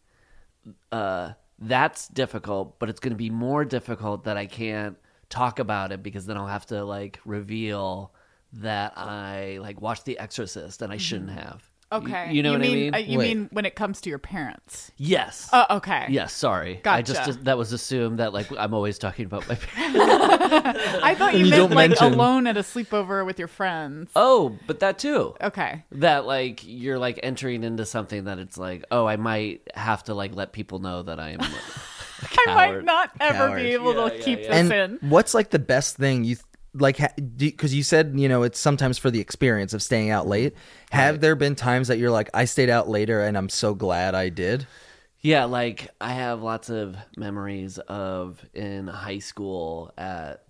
Speaker 5: uh, that's difficult, but it's going to be more difficult that I can't talk about it because then I'll have to like reveal that I like watched The Exorcist and I shouldn't have. You-
Speaker 3: Mm-hmm. Okay.
Speaker 5: You, know what I mean?
Speaker 3: uh, you
Speaker 2: Wait.
Speaker 3: mean when it comes to your parents?
Speaker 5: yes.
Speaker 3: Oh, okay.
Speaker 5: Yes, sorry. I just
Speaker 3: Gotcha.
Speaker 5: that was assumed that like I'm always talking about my parents.
Speaker 3: I thought you,
Speaker 2: You
Speaker 3: meant
Speaker 2: don't
Speaker 3: like
Speaker 2: mention.
Speaker 3: alone at a sleepover with your friends.
Speaker 5: oh, but that too.
Speaker 3: Okay.
Speaker 5: That like you're like entering into something that it's like, oh, I might have to like let people know that I am.
Speaker 3: I might
Speaker 5: Coward.
Speaker 3: not ever
Speaker 2: Coward.
Speaker 3: be able to
Speaker 5: Yeah, yeah,
Speaker 3: keep
Speaker 5: yeah.
Speaker 3: this
Speaker 2: and
Speaker 3: in.
Speaker 2: what's like the best thing you th- like because you said you know it's sometimes for the experience of staying out late have there been times that you're like i stayed out later and i'm so glad i did
Speaker 5: yeah, like I have lots of memories of in high school at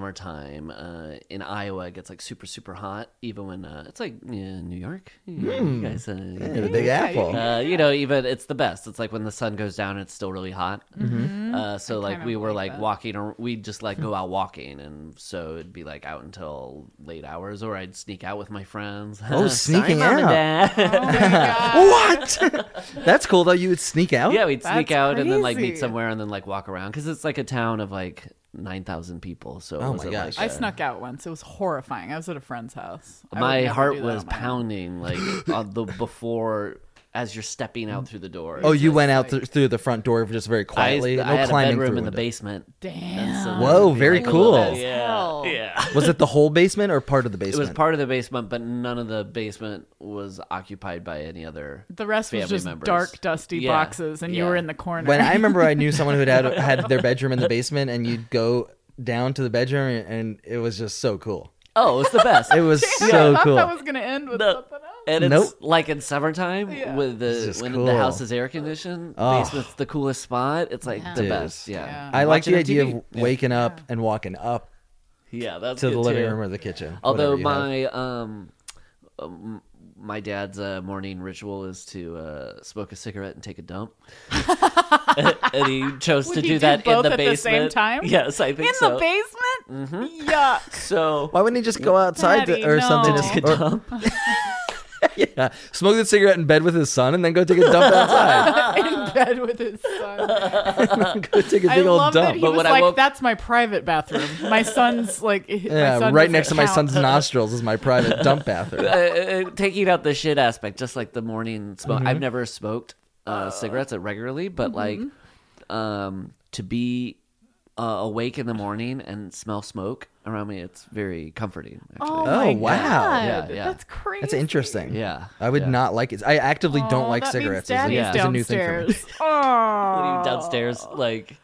Speaker 5: summertime uh, in Iowa. It gets like super super hot, even when uh, it's like yeah, New York. Yeah,
Speaker 3: Hmm.
Speaker 5: you guys, uh,
Speaker 2: the big apple
Speaker 5: Uh, you know, even it's the best. It's like when the sun goes down, it's still really hot.
Speaker 2: Mm-hmm.
Speaker 5: Uh, so like
Speaker 3: kinda
Speaker 5: we were
Speaker 3: like
Speaker 5: like
Speaker 3: that.
Speaker 5: walking, or we'd just like go out walking, and so it'd be like out until late hours, or I'd sneak out with my friends.
Speaker 2: Oh, sneaking
Speaker 5: Mom and
Speaker 2: out.
Speaker 5: Dad.
Speaker 3: Oh my God.
Speaker 2: what that's cool though you would sneak out
Speaker 5: yeah, we'd sneak
Speaker 3: Oh, That's
Speaker 5: out and then like meet
Speaker 3: crazy.
Speaker 5: somewhere and then like walk around because it's like a town of like nine thousand people. So it
Speaker 2: Oh my
Speaker 5: wasn't,
Speaker 2: gosh.
Speaker 5: like,
Speaker 3: I
Speaker 5: a-
Speaker 3: snuck out once. It was horrifying. I was at a friend's house. I would
Speaker 5: my
Speaker 3: never
Speaker 5: heart
Speaker 3: do that
Speaker 5: was
Speaker 3: on my own.
Speaker 5: pounding like on the before as you're stepping out through the door.
Speaker 2: oh you went out th- through the front door just very
Speaker 5: I,
Speaker 2: quietly
Speaker 5: I
Speaker 2: no
Speaker 5: had a
Speaker 2: climbing
Speaker 5: bedroom
Speaker 2: through
Speaker 5: in the
Speaker 2: window.
Speaker 5: basement.
Speaker 3: Damn.
Speaker 5: So
Speaker 2: Whoa,
Speaker 5: it would be
Speaker 2: very
Speaker 5: like a
Speaker 2: cool.
Speaker 5: little-
Speaker 3: Hell.
Speaker 5: Yeah.
Speaker 2: was it the whole basement or part of the
Speaker 5: It
Speaker 2: basement
Speaker 5: was part of the basement, but none of the basement was occupied by any other.
Speaker 3: The rest was
Speaker 5: family
Speaker 3: just
Speaker 5: members.
Speaker 3: dark, dusty
Speaker 5: Yeah,
Speaker 3: boxes, and you
Speaker 5: yeah.
Speaker 3: were in the corner.
Speaker 2: when i remember i knew someone who had had their bedroom in the basement and you'd go down to the bedroom and, and it was just so cool
Speaker 5: Oh, it's the best.
Speaker 2: it was
Speaker 3: Damn,
Speaker 2: so
Speaker 3: I thought
Speaker 2: cool
Speaker 3: that was going to end with
Speaker 5: No.
Speaker 3: something else.
Speaker 5: and it's
Speaker 2: Nope.
Speaker 5: like in summertime
Speaker 3: Yeah.
Speaker 5: with the
Speaker 2: just
Speaker 5: when
Speaker 2: cool.
Speaker 5: the house is air conditioned,
Speaker 2: Oh.
Speaker 5: basement's the coolest spot. It's like the
Speaker 2: Dude.
Speaker 5: best. Yeah.
Speaker 3: Yeah.
Speaker 2: I like
Speaker 5: Watching
Speaker 2: the
Speaker 5: a
Speaker 2: idea
Speaker 5: TV.
Speaker 2: of waking up and walking up
Speaker 5: Yeah, that's
Speaker 2: to the
Speaker 5: good,
Speaker 2: living
Speaker 5: too.
Speaker 2: room or the kitchen.
Speaker 5: Although
Speaker 2: whatever you have.
Speaker 5: my um, um, my dad's uh, morning ritual is to uh, smoke a cigarette and take a dump, and he chose
Speaker 3: Would
Speaker 5: to
Speaker 3: he
Speaker 5: do,
Speaker 3: do
Speaker 5: that
Speaker 3: both
Speaker 5: in the
Speaker 3: at the same
Speaker 5: basement.
Speaker 3: time?
Speaker 5: Yes, I think
Speaker 3: In
Speaker 5: so. Mm-hmm.
Speaker 3: the basement? Yuck.
Speaker 5: so
Speaker 2: why wouldn't he just go outside
Speaker 3: Daddy,
Speaker 2: to, or
Speaker 3: no.
Speaker 2: something?
Speaker 3: Just
Speaker 5: to
Speaker 2: or-
Speaker 5: dump.
Speaker 2: yeah, smoke the cigarette in bed with his son, and then go take a dump outside.
Speaker 3: in bed with his son.
Speaker 2: go take a big
Speaker 3: I
Speaker 2: old
Speaker 3: love
Speaker 2: dump.
Speaker 3: that he
Speaker 5: But
Speaker 3: was
Speaker 5: when I
Speaker 3: like,
Speaker 5: woke-
Speaker 3: "That's my private bathroom. My son's like, my
Speaker 2: yeah,
Speaker 3: son
Speaker 2: right
Speaker 3: doesn't
Speaker 2: next to my
Speaker 3: count."
Speaker 2: son's nostrils is my private dump bathroom.
Speaker 5: uh, uh, taking out the shit aspect, just like the morning smoke.
Speaker 2: Mm-hmm.
Speaker 5: I've never smoked uh, cigarettes regularly,
Speaker 3: mm-hmm.
Speaker 5: but like um, to be uh, awake in the morning and smell smoke around me. It's very comforting. Actually.
Speaker 7: Oh,
Speaker 8: Oh,
Speaker 7: my
Speaker 8: wow.
Speaker 7: God.
Speaker 5: Yeah, yeah.
Speaker 7: That's crazy.
Speaker 8: That's interesting.
Speaker 5: Yeah,
Speaker 8: I would
Speaker 5: yeah.
Speaker 8: not like it. I actively
Speaker 7: Aw,
Speaker 8: don't like
Speaker 7: that means
Speaker 8: cigarettes. It's a-
Speaker 7: Daddy's
Speaker 5: Yeah.
Speaker 8: it's a new thing for me.
Speaker 7: downstairs. Aw.
Speaker 5: What are you downstairs like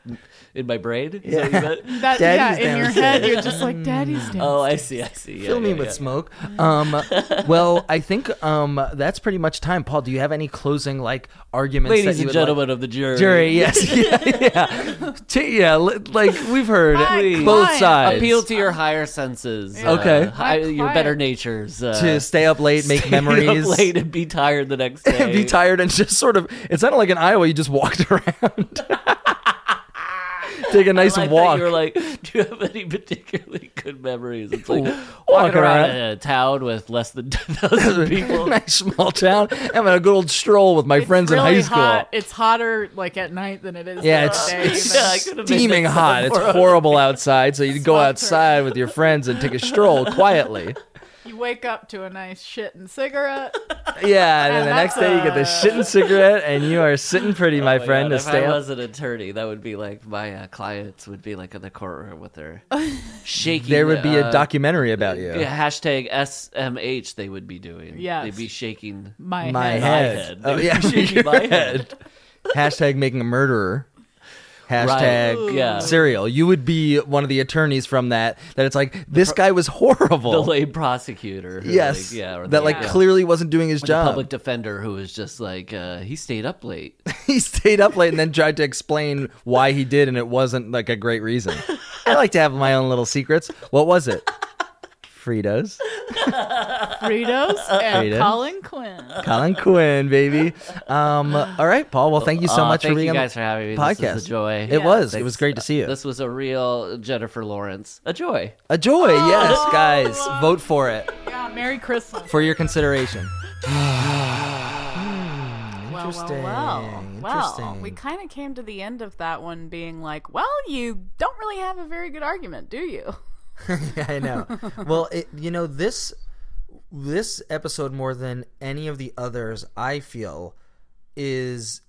Speaker 5: in my brain? Is that what you meant?
Speaker 7: That,
Speaker 8: Daddy's
Speaker 7: yeah, in your
Speaker 8: downstairs. Mm.
Speaker 7: head, you're just like, Daddy's downstairs.
Speaker 5: Oh, I see. I see. Yeah,
Speaker 8: Fill me
Speaker 5: yeah,
Speaker 8: with
Speaker 5: yeah.
Speaker 8: smoke. Um, well, I think um, that's pretty much time. Paul, do you have any closing like arguments? that
Speaker 5: Ladies
Speaker 8: you would
Speaker 5: and
Speaker 8: like-
Speaker 5: gentlemen of the jury.
Speaker 8: Jury, yes, yeah, yeah. T- yeah, li- like we've heard
Speaker 7: Hi,
Speaker 8: both
Speaker 7: client.
Speaker 8: sides.
Speaker 5: Appeal to your higher senses.
Speaker 8: Okay.
Speaker 5: Uh, hi- your
Speaker 7: Quiet.
Speaker 5: better natures. Uh,
Speaker 8: to stay up late, make
Speaker 5: stay up
Speaker 8: memories,
Speaker 5: late and be tired the next day.
Speaker 8: be tired, and just sort of. It's not like in Iowa you just walked around. Take a nice
Speaker 5: I like that
Speaker 8: walk.
Speaker 5: You were like, do you have any particularly good memories? It's like walking
Speaker 8: Walking
Speaker 5: around,
Speaker 8: around.
Speaker 5: in a town with less than 10,000 people.
Speaker 8: nice small town. Having a good old stroll with my
Speaker 7: It's
Speaker 8: friends
Speaker 7: really
Speaker 8: in high school.
Speaker 7: Hot. It's hotter like at night than it is.
Speaker 8: Yeah,
Speaker 7: during
Speaker 8: it's-
Speaker 7: the day,
Speaker 8: it's-
Speaker 7: even.
Speaker 5: yeah, I could have made
Speaker 8: steaming
Speaker 5: that
Speaker 8: hot.
Speaker 5: sound
Speaker 8: It's
Speaker 5: for us.
Speaker 8: horrible outside, so you'd go outside with your friends and take a stroll quietly.
Speaker 7: you wake up to a nice shit and cigarette.
Speaker 8: Yeah, and then the next
Speaker 7: that's
Speaker 8: day you get the
Speaker 7: a-
Speaker 8: shit and cigarette, and you are sitting pretty, my
Speaker 5: Oh my
Speaker 8: friend,
Speaker 5: God,
Speaker 8: to stay
Speaker 5: if I
Speaker 8: up.
Speaker 5: was an attorney, that would be like my uh, clients would be like in the courtroom with their shaking.
Speaker 8: There would be a
Speaker 5: uh,
Speaker 8: documentary about you.
Speaker 5: yeah, hashtag SMH. They would be doing.
Speaker 7: Yes.
Speaker 5: they'd be shaking
Speaker 7: My,
Speaker 8: My
Speaker 7: head.
Speaker 5: my
Speaker 8: head.
Speaker 5: head.
Speaker 8: Oh,
Speaker 5: They would
Speaker 8: yeah,
Speaker 5: be shaking
Speaker 8: your
Speaker 5: my head.
Speaker 8: Hashtag making a murderer. Hashtag
Speaker 5: Right, yeah.
Speaker 8: serial. You would be one of the attorneys from that. That it's like this guy was
Speaker 5: The
Speaker 8: horrible.
Speaker 5: lame prosecutor. who,
Speaker 8: yes,
Speaker 5: Like, yeah. or
Speaker 8: that
Speaker 5: the,
Speaker 8: like
Speaker 5: yeah.
Speaker 8: clearly wasn't doing his
Speaker 5: the
Speaker 8: job.
Speaker 5: public defender who was just like uh, he stayed up late.
Speaker 8: he stayed up late and then tried to explain why he did, and it wasn't like a great reason. I like to have my own little secrets. What was it? Fritos.
Speaker 7: Fritos and
Speaker 8: Fritos.
Speaker 7: Colin Quinn.
Speaker 8: Colin Quinn, baby. Um, all right, Paul. Well, thank you so
Speaker 5: Uh,
Speaker 8: much
Speaker 5: thank
Speaker 8: for being
Speaker 5: you
Speaker 8: on the
Speaker 5: guys for having me.
Speaker 8: podcast.
Speaker 5: This was a joy.
Speaker 8: It was. It
Speaker 5: Thanks.
Speaker 8: was great to see you.
Speaker 5: This was a real Jennifer Lawrence. A joy.
Speaker 8: a joy. Yes, guys, vote for it
Speaker 7: Yeah, Merry Christmas.
Speaker 8: for your consideration.
Speaker 3: Well, well,
Speaker 8: Interesting,
Speaker 3: well, well.
Speaker 8: interesting.
Speaker 3: We kind of came to the end of that one being like, well, you don't really have a very good argument, do you?
Speaker 2: I know. well, it, you know this this episode more than any of the others, I feel is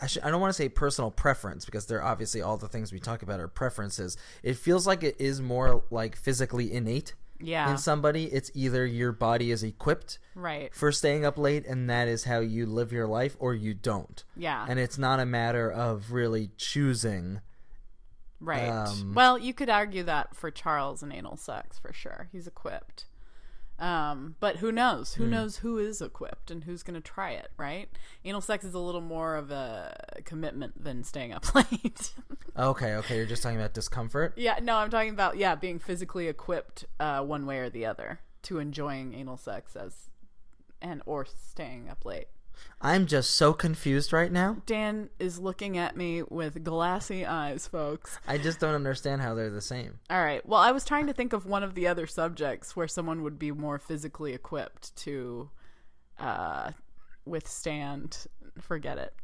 Speaker 2: I, should, I don't want to say personal preference because they're obviously all the things we talk about are preferences. It feels like it is more like physically innate
Speaker 3: Yeah.
Speaker 2: in somebody. It's either your body is equipped
Speaker 3: Right.
Speaker 2: for staying up late and that is how you live your life or you don't.
Speaker 3: Yeah.
Speaker 2: And it's not a matter of really choosing.
Speaker 3: Right.
Speaker 2: Um,
Speaker 3: well, you could argue that for Charles and anal sex for sure. He's equipped. Um, but who knows? Who knows who is equipped and who's going to try it, right? Anal sex is a little more of a commitment than staying up late.
Speaker 2: Okay, okay, you're just talking about discomfort.
Speaker 3: yeah, no, I'm talking about, yeah, being physically equipped uh, one way or the other to enjoying anal sex as and or staying up late.
Speaker 2: I'm just so confused right now.
Speaker 3: Dan is looking at me with glassy eyes, folks.
Speaker 2: I just don't understand how they're the same.
Speaker 3: All right. Well, I was trying to think of one of the other subjects where someone would be more physically equipped to uh, withstand. Forget it.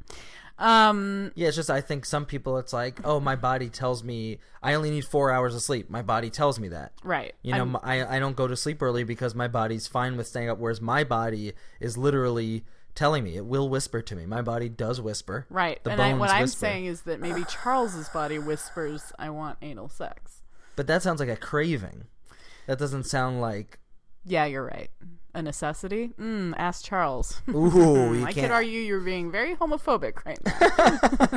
Speaker 3: Um,
Speaker 2: Yeah, it's just I think some people it's like, oh, my body tells me I only need four hours of sleep. My body tells me that.
Speaker 3: right.
Speaker 2: You know, my, I I don't go to sleep early because my body's fine with staying up, whereas my body is literally telling me it will whisper to me. My body does whisper.
Speaker 3: Right.
Speaker 2: The
Speaker 3: and I, what
Speaker 2: bones
Speaker 3: I'm
Speaker 2: whisper.
Speaker 3: saying is that maybe Charles's body whispers, "I want anal sex."
Speaker 2: but that sounds like a craving. That doesn't sound like.
Speaker 3: Yeah, you're right. A necessity? Mm, ask Charles.
Speaker 2: Ooh, you
Speaker 3: Hmm, I could
Speaker 2: can't.
Speaker 3: argue you're being very homophobic right now.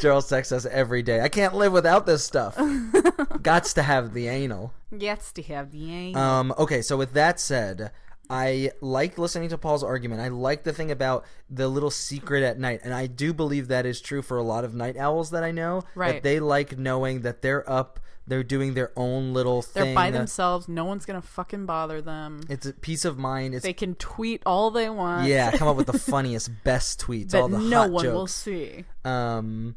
Speaker 2: Gerald Sex says every day, I can't live without this stuff. Gots to have the anal.
Speaker 3: Gets to have the anal.
Speaker 2: Um, okay, so with that said, I like listening to Paul's argument. I like the thing about the little secret at night, and I do believe that is true for a lot of night owls that I know.
Speaker 3: Right.
Speaker 2: That they like knowing that they're up, they're doing their own little
Speaker 3: They're
Speaker 2: thing.
Speaker 3: by themselves. No one's gonna fucking bother them.
Speaker 2: uh, It's a peace of mind. It's
Speaker 3: They can tweet all they want.
Speaker 2: yeah, come up with the funniest, best tweets,
Speaker 3: that
Speaker 2: all the
Speaker 3: no
Speaker 2: hot
Speaker 3: one
Speaker 2: jokes.
Speaker 3: will see.
Speaker 2: Um,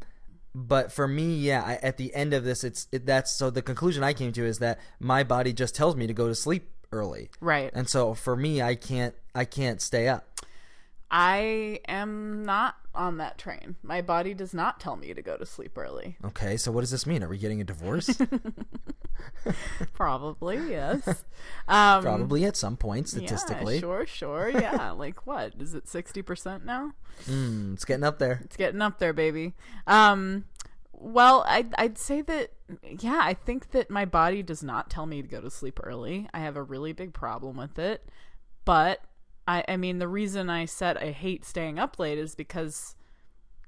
Speaker 2: but for me, yeah, I, at the end of this, it's it, that's so the conclusion I came to is that my body just tells me to go to sleep early,
Speaker 3: Right.
Speaker 2: and so for me, I can't I can't stay up.
Speaker 3: I am not on that train. My body does not tell me to go to sleep early.
Speaker 2: Okay, so what does this mean? Are we getting a divorce?
Speaker 3: Probably, yes. Um,
Speaker 2: Probably at some point,
Speaker 3: yeah,
Speaker 2: statistically.
Speaker 3: sure, sure. Yeah. like what? Is it 60% now?
Speaker 2: Hmm, It's getting up there.
Speaker 3: It's getting up there, baby. Um, Well, I'd, I'd say that, yeah, I think that my body does not tell me to go to sleep early. I have a really big problem with it. But I, I mean, the reason I said I hate staying up late is because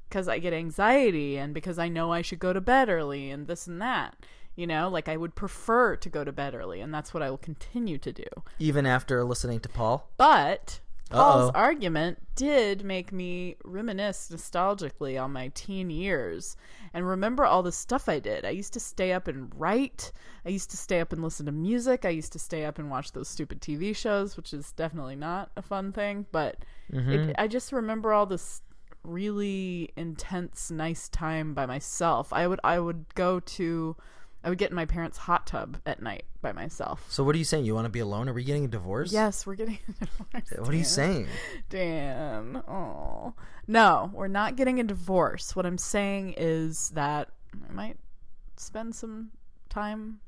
Speaker 3: because I get anxiety and because I know I should go to bed early and this and that. You know, like I would prefer to go to bed early, and that's what I will continue to do.
Speaker 2: even after listening to Paul.
Speaker 3: But Paul's
Speaker 2: Uh-oh.
Speaker 3: argument did make me reminisce nostalgically on my teen years and remember all the stuff I did. I used to stay up and write. I used to stay up and listen to music. I used to stay up and watch those stupid TV shows, which is definitely not a fun thing. But
Speaker 2: Mm-hmm.
Speaker 3: it, I just remember all this really intense, nice time by myself. I would I would go to. I would get in my parents' hot tub at night by myself.
Speaker 2: So what are you saying? You want to be alone? Are we getting a divorce?
Speaker 3: Yes, we're getting a divorce.
Speaker 2: What are you
Speaker 3: Dan.
Speaker 2: saying?
Speaker 3: Dan. Oh. No, we're not getting a divorce. What I'm saying is that I might spend some time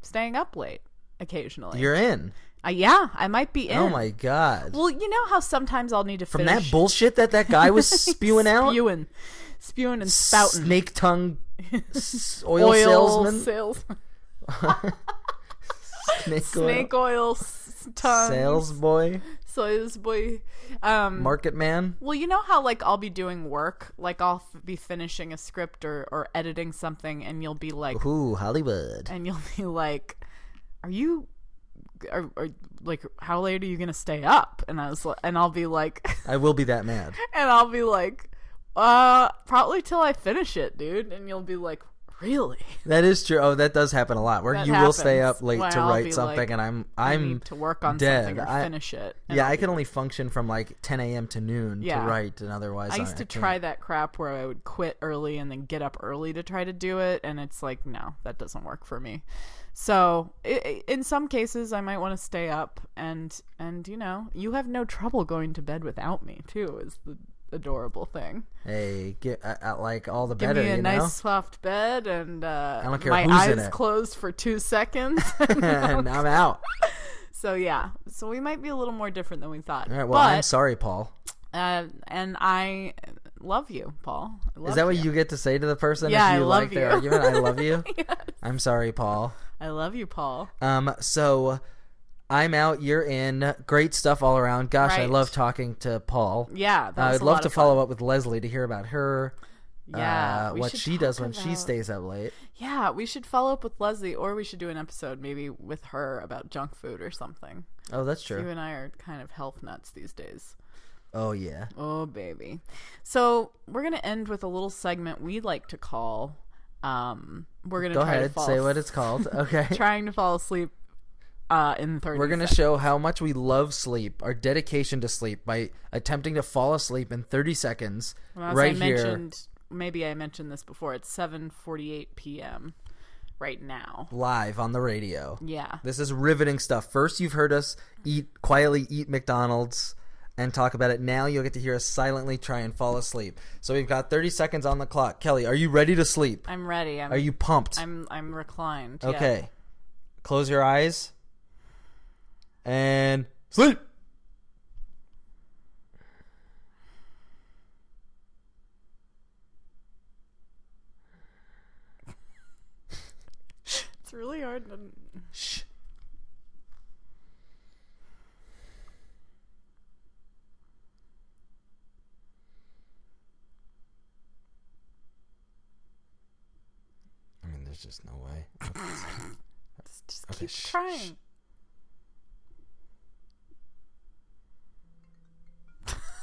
Speaker 3: staying up late occasionally.
Speaker 2: You're in.
Speaker 3: Uh, yeah, I might be in.
Speaker 2: Oh my god.
Speaker 3: Well, you know how sometimes I'll need to
Speaker 2: From
Speaker 3: finish
Speaker 2: that bullshit that that guy was spewing out,
Speaker 3: spewing, spewing and spouting
Speaker 2: snake tongue s- oil, salesman,
Speaker 3: sales-
Speaker 2: snake,
Speaker 3: snake oil, s- tongue,
Speaker 2: sales boy,
Speaker 3: sales boy. Um,
Speaker 2: market man.
Speaker 3: Well, you know how like I'll be doing work, like I'll f- be finishing a script or or editing something, and you'll be like,
Speaker 2: Ooh, Hollywood.
Speaker 3: and you'll be like, "Are you, are, are like how late are you gonna stay up?" And I was like, and I'll be like,
Speaker 2: I will be that mad.
Speaker 3: and I'll be like, uh, probably till I finish it, dude. And you'll be like, "Really?
Speaker 2: That is true. Oh, that does happen a lot. Where
Speaker 3: That
Speaker 2: you will stay
Speaker 3: happens.
Speaker 2: up late
Speaker 3: Where
Speaker 2: to
Speaker 3: I'll
Speaker 2: write
Speaker 3: be
Speaker 2: something,
Speaker 3: like,
Speaker 2: and I'm
Speaker 3: I
Speaker 2: I'm
Speaker 3: need to work on
Speaker 2: dead.
Speaker 3: something or
Speaker 2: I-
Speaker 3: finish it." And
Speaker 2: yeah,
Speaker 3: I'll
Speaker 2: I
Speaker 3: be
Speaker 2: can only function from like 10 a.m. to noon
Speaker 3: Yeah.
Speaker 2: to write, and otherwise
Speaker 3: I used to
Speaker 2: can't.
Speaker 3: try that crap where I would quit early and then get up early to try to do it, and it's like, no, that doesn't work for me. So, i i- in some cases, I might want to stay up, and and you know, you have no trouble going to bed without me too. Is the adorable thing.
Speaker 2: Hey, get uh, uh, like all the
Speaker 3: Give
Speaker 2: better,
Speaker 3: me a
Speaker 2: you
Speaker 3: nice
Speaker 2: know.
Speaker 3: soft bed, and uh,
Speaker 2: I don't care
Speaker 3: my
Speaker 2: who's in
Speaker 3: eyes
Speaker 2: it.
Speaker 3: closed for two seconds.
Speaker 2: and I'm out.
Speaker 3: so yeah, so we might be a little more different than we thought.
Speaker 2: All right. Well, I'm
Speaker 3: but
Speaker 2: sorry, Paul.
Speaker 3: uh, and I love you, Paul. I love
Speaker 2: Is that what
Speaker 3: you?
Speaker 2: you get to say to the person
Speaker 3: Yeah, I
Speaker 2: if you
Speaker 3: love
Speaker 2: like their
Speaker 3: you.
Speaker 2: argument? I love you. I'm sorry, Paul.
Speaker 3: I love you, Paul.
Speaker 2: Um, so I'm out. You're in. Great stuff all around. Gosh, I
Speaker 3: Right.
Speaker 2: love talking to Paul.
Speaker 3: Yeah, that
Speaker 2: I
Speaker 3: was
Speaker 2: would
Speaker 3: a
Speaker 2: love
Speaker 3: lot
Speaker 2: to
Speaker 3: of fun.
Speaker 2: follow up with Leslie to hear about her.
Speaker 3: Yeah,
Speaker 2: uh,
Speaker 3: we
Speaker 2: what
Speaker 3: should
Speaker 2: she does
Speaker 3: talk
Speaker 2: when she
Speaker 3: about-
Speaker 2: stays up late.
Speaker 3: Yeah, we should follow up with Leslie, or we should do an episode maybe with her about junk food or something.
Speaker 2: Oh, that's
Speaker 3: You
Speaker 2: true.
Speaker 3: and I are kind of health nuts these days.
Speaker 2: Oh yeah.
Speaker 3: Oh baby. So we're gonna end with a little segment we like to call. Um, we're gonna
Speaker 2: Go
Speaker 3: try
Speaker 2: ahead.
Speaker 3: to fall
Speaker 2: Say what it's called. Okay.
Speaker 3: trying to fall asleep. Uh, in thirty.
Speaker 2: We're going to
Speaker 3: seconds.
Speaker 2: show how much we love sleep, our dedication to sleep, by attempting to fall asleep in 30 seconds
Speaker 3: Well, as
Speaker 2: right
Speaker 3: I
Speaker 2: here,
Speaker 3: mentioned, maybe I mentioned this before. It's seven forty-eight p.m. right now.
Speaker 2: live on the radio.
Speaker 3: Yeah.
Speaker 2: This is riveting stuff. First, you've heard us eat quietly eat McDonald's and talk about it. Now you'll get to hear us silently try and fall asleep. So we've got 30 seconds on the clock. Kelly, are you ready to sleep?
Speaker 3: I'm ready. I'm,
Speaker 2: Are you pumped?
Speaker 3: I'm I'm reclined. yeah.
Speaker 2: okay. Close your eyes and sleep.
Speaker 3: It's really hard. to-
Speaker 2: Shh. I mean, there's just no way.
Speaker 3: Just
Speaker 2: Okay,
Speaker 3: keep
Speaker 2: shh, shh.
Speaker 3: trying.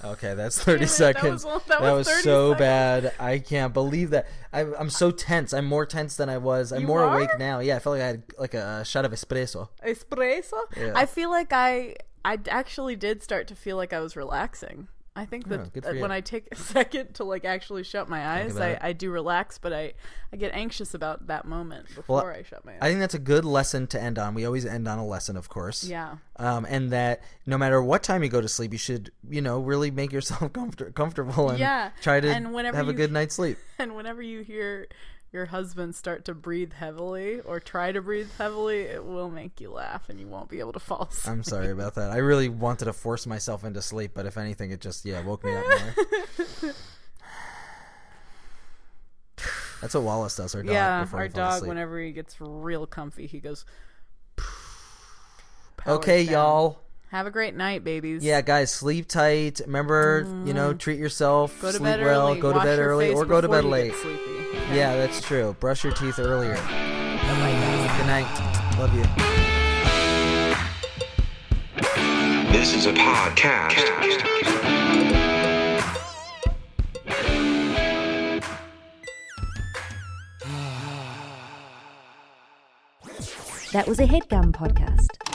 Speaker 2: Okay, that's 30
Speaker 3: it, that was
Speaker 2: seconds.
Speaker 3: all- that was 30
Speaker 2: so
Speaker 3: seconds.
Speaker 2: bad. I can't believe that. I, I'm so tense. I'm more tense than I was. I'm
Speaker 3: You
Speaker 2: more
Speaker 3: are?
Speaker 2: awake now. Yeah, I felt like I had like a shot of espresso.
Speaker 3: Espresso.
Speaker 2: Yeah.
Speaker 3: I feel like I I d- actually did start to feel like I was relaxing. I think that,
Speaker 2: Oh, good
Speaker 3: that
Speaker 2: for
Speaker 3: when
Speaker 2: you.
Speaker 3: I take a second to like actually shut my eyes,
Speaker 2: about
Speaker 3: I,
Speaker 2: it.
Speaker 3: I do relax, but I I get anxious about that moment before I shut my eyes.
Speaker 2: I think that's a good lesson to end on. We always end on a lesson, of course.
Speaker 3: yeah.
Speaker 2: um, and that no matter what time you go to sleep, you should you know really make yourself comfort- comfortable and
Speaker 3: Yeah,
Speaker 2: try to
Speaker 3: and whenever
Speaker 2: have a
Speaker 3: you-
Speaker 2: good night's sleep.
Speaker 3: And whenever you hear your husband start to breathe heavily or try to breathe heavily, it will make you laugh and you won't be able to fall asleep.
Speaker 2: I'm sorry about that. I really wanted to force myself into sleep, but if anything, it just yeah woke me up more. That's what Wallace does. Our dog.
Speaker 3: yeah,
Speaker 2: before
Speaker 3: our
Speaker 2: he falls
Speaker 3: dog.
Speaker 2: asleep.
Speaker 3: Whenever he gets real comfy, he goes.
Speaker 2: Okay,
Speaker 3: down.
Speaker 2: y'all.
Speaker 3: Have a great night, babies.
Speaker 2: Yeah, guys, sleep tight. Remember, you know, treat yourself.
Speaker 3: Mm-hmm. Go to
Speaker 2: sleep
Speaker 3: bed
Speaker 2: well.
Speaker 3: early.
Speaker 2: Go
Speaker 3: wash
Speaker 2: to bed
Speaker 3: your
Speaker 2: early,
Speaker 3: face
Speaker 2: or go to
Speaker 3: before
Speaker 2: bed
Speaker 3: you
Speaker 2: late.
Speaker 3: get Sleepy.
Speaker 2: Yeah, that's true. Brush your teeth earlier. Good night. Love you.
Speaker 4: This is a podcast.
Speaker 1: That was a headgum podcast.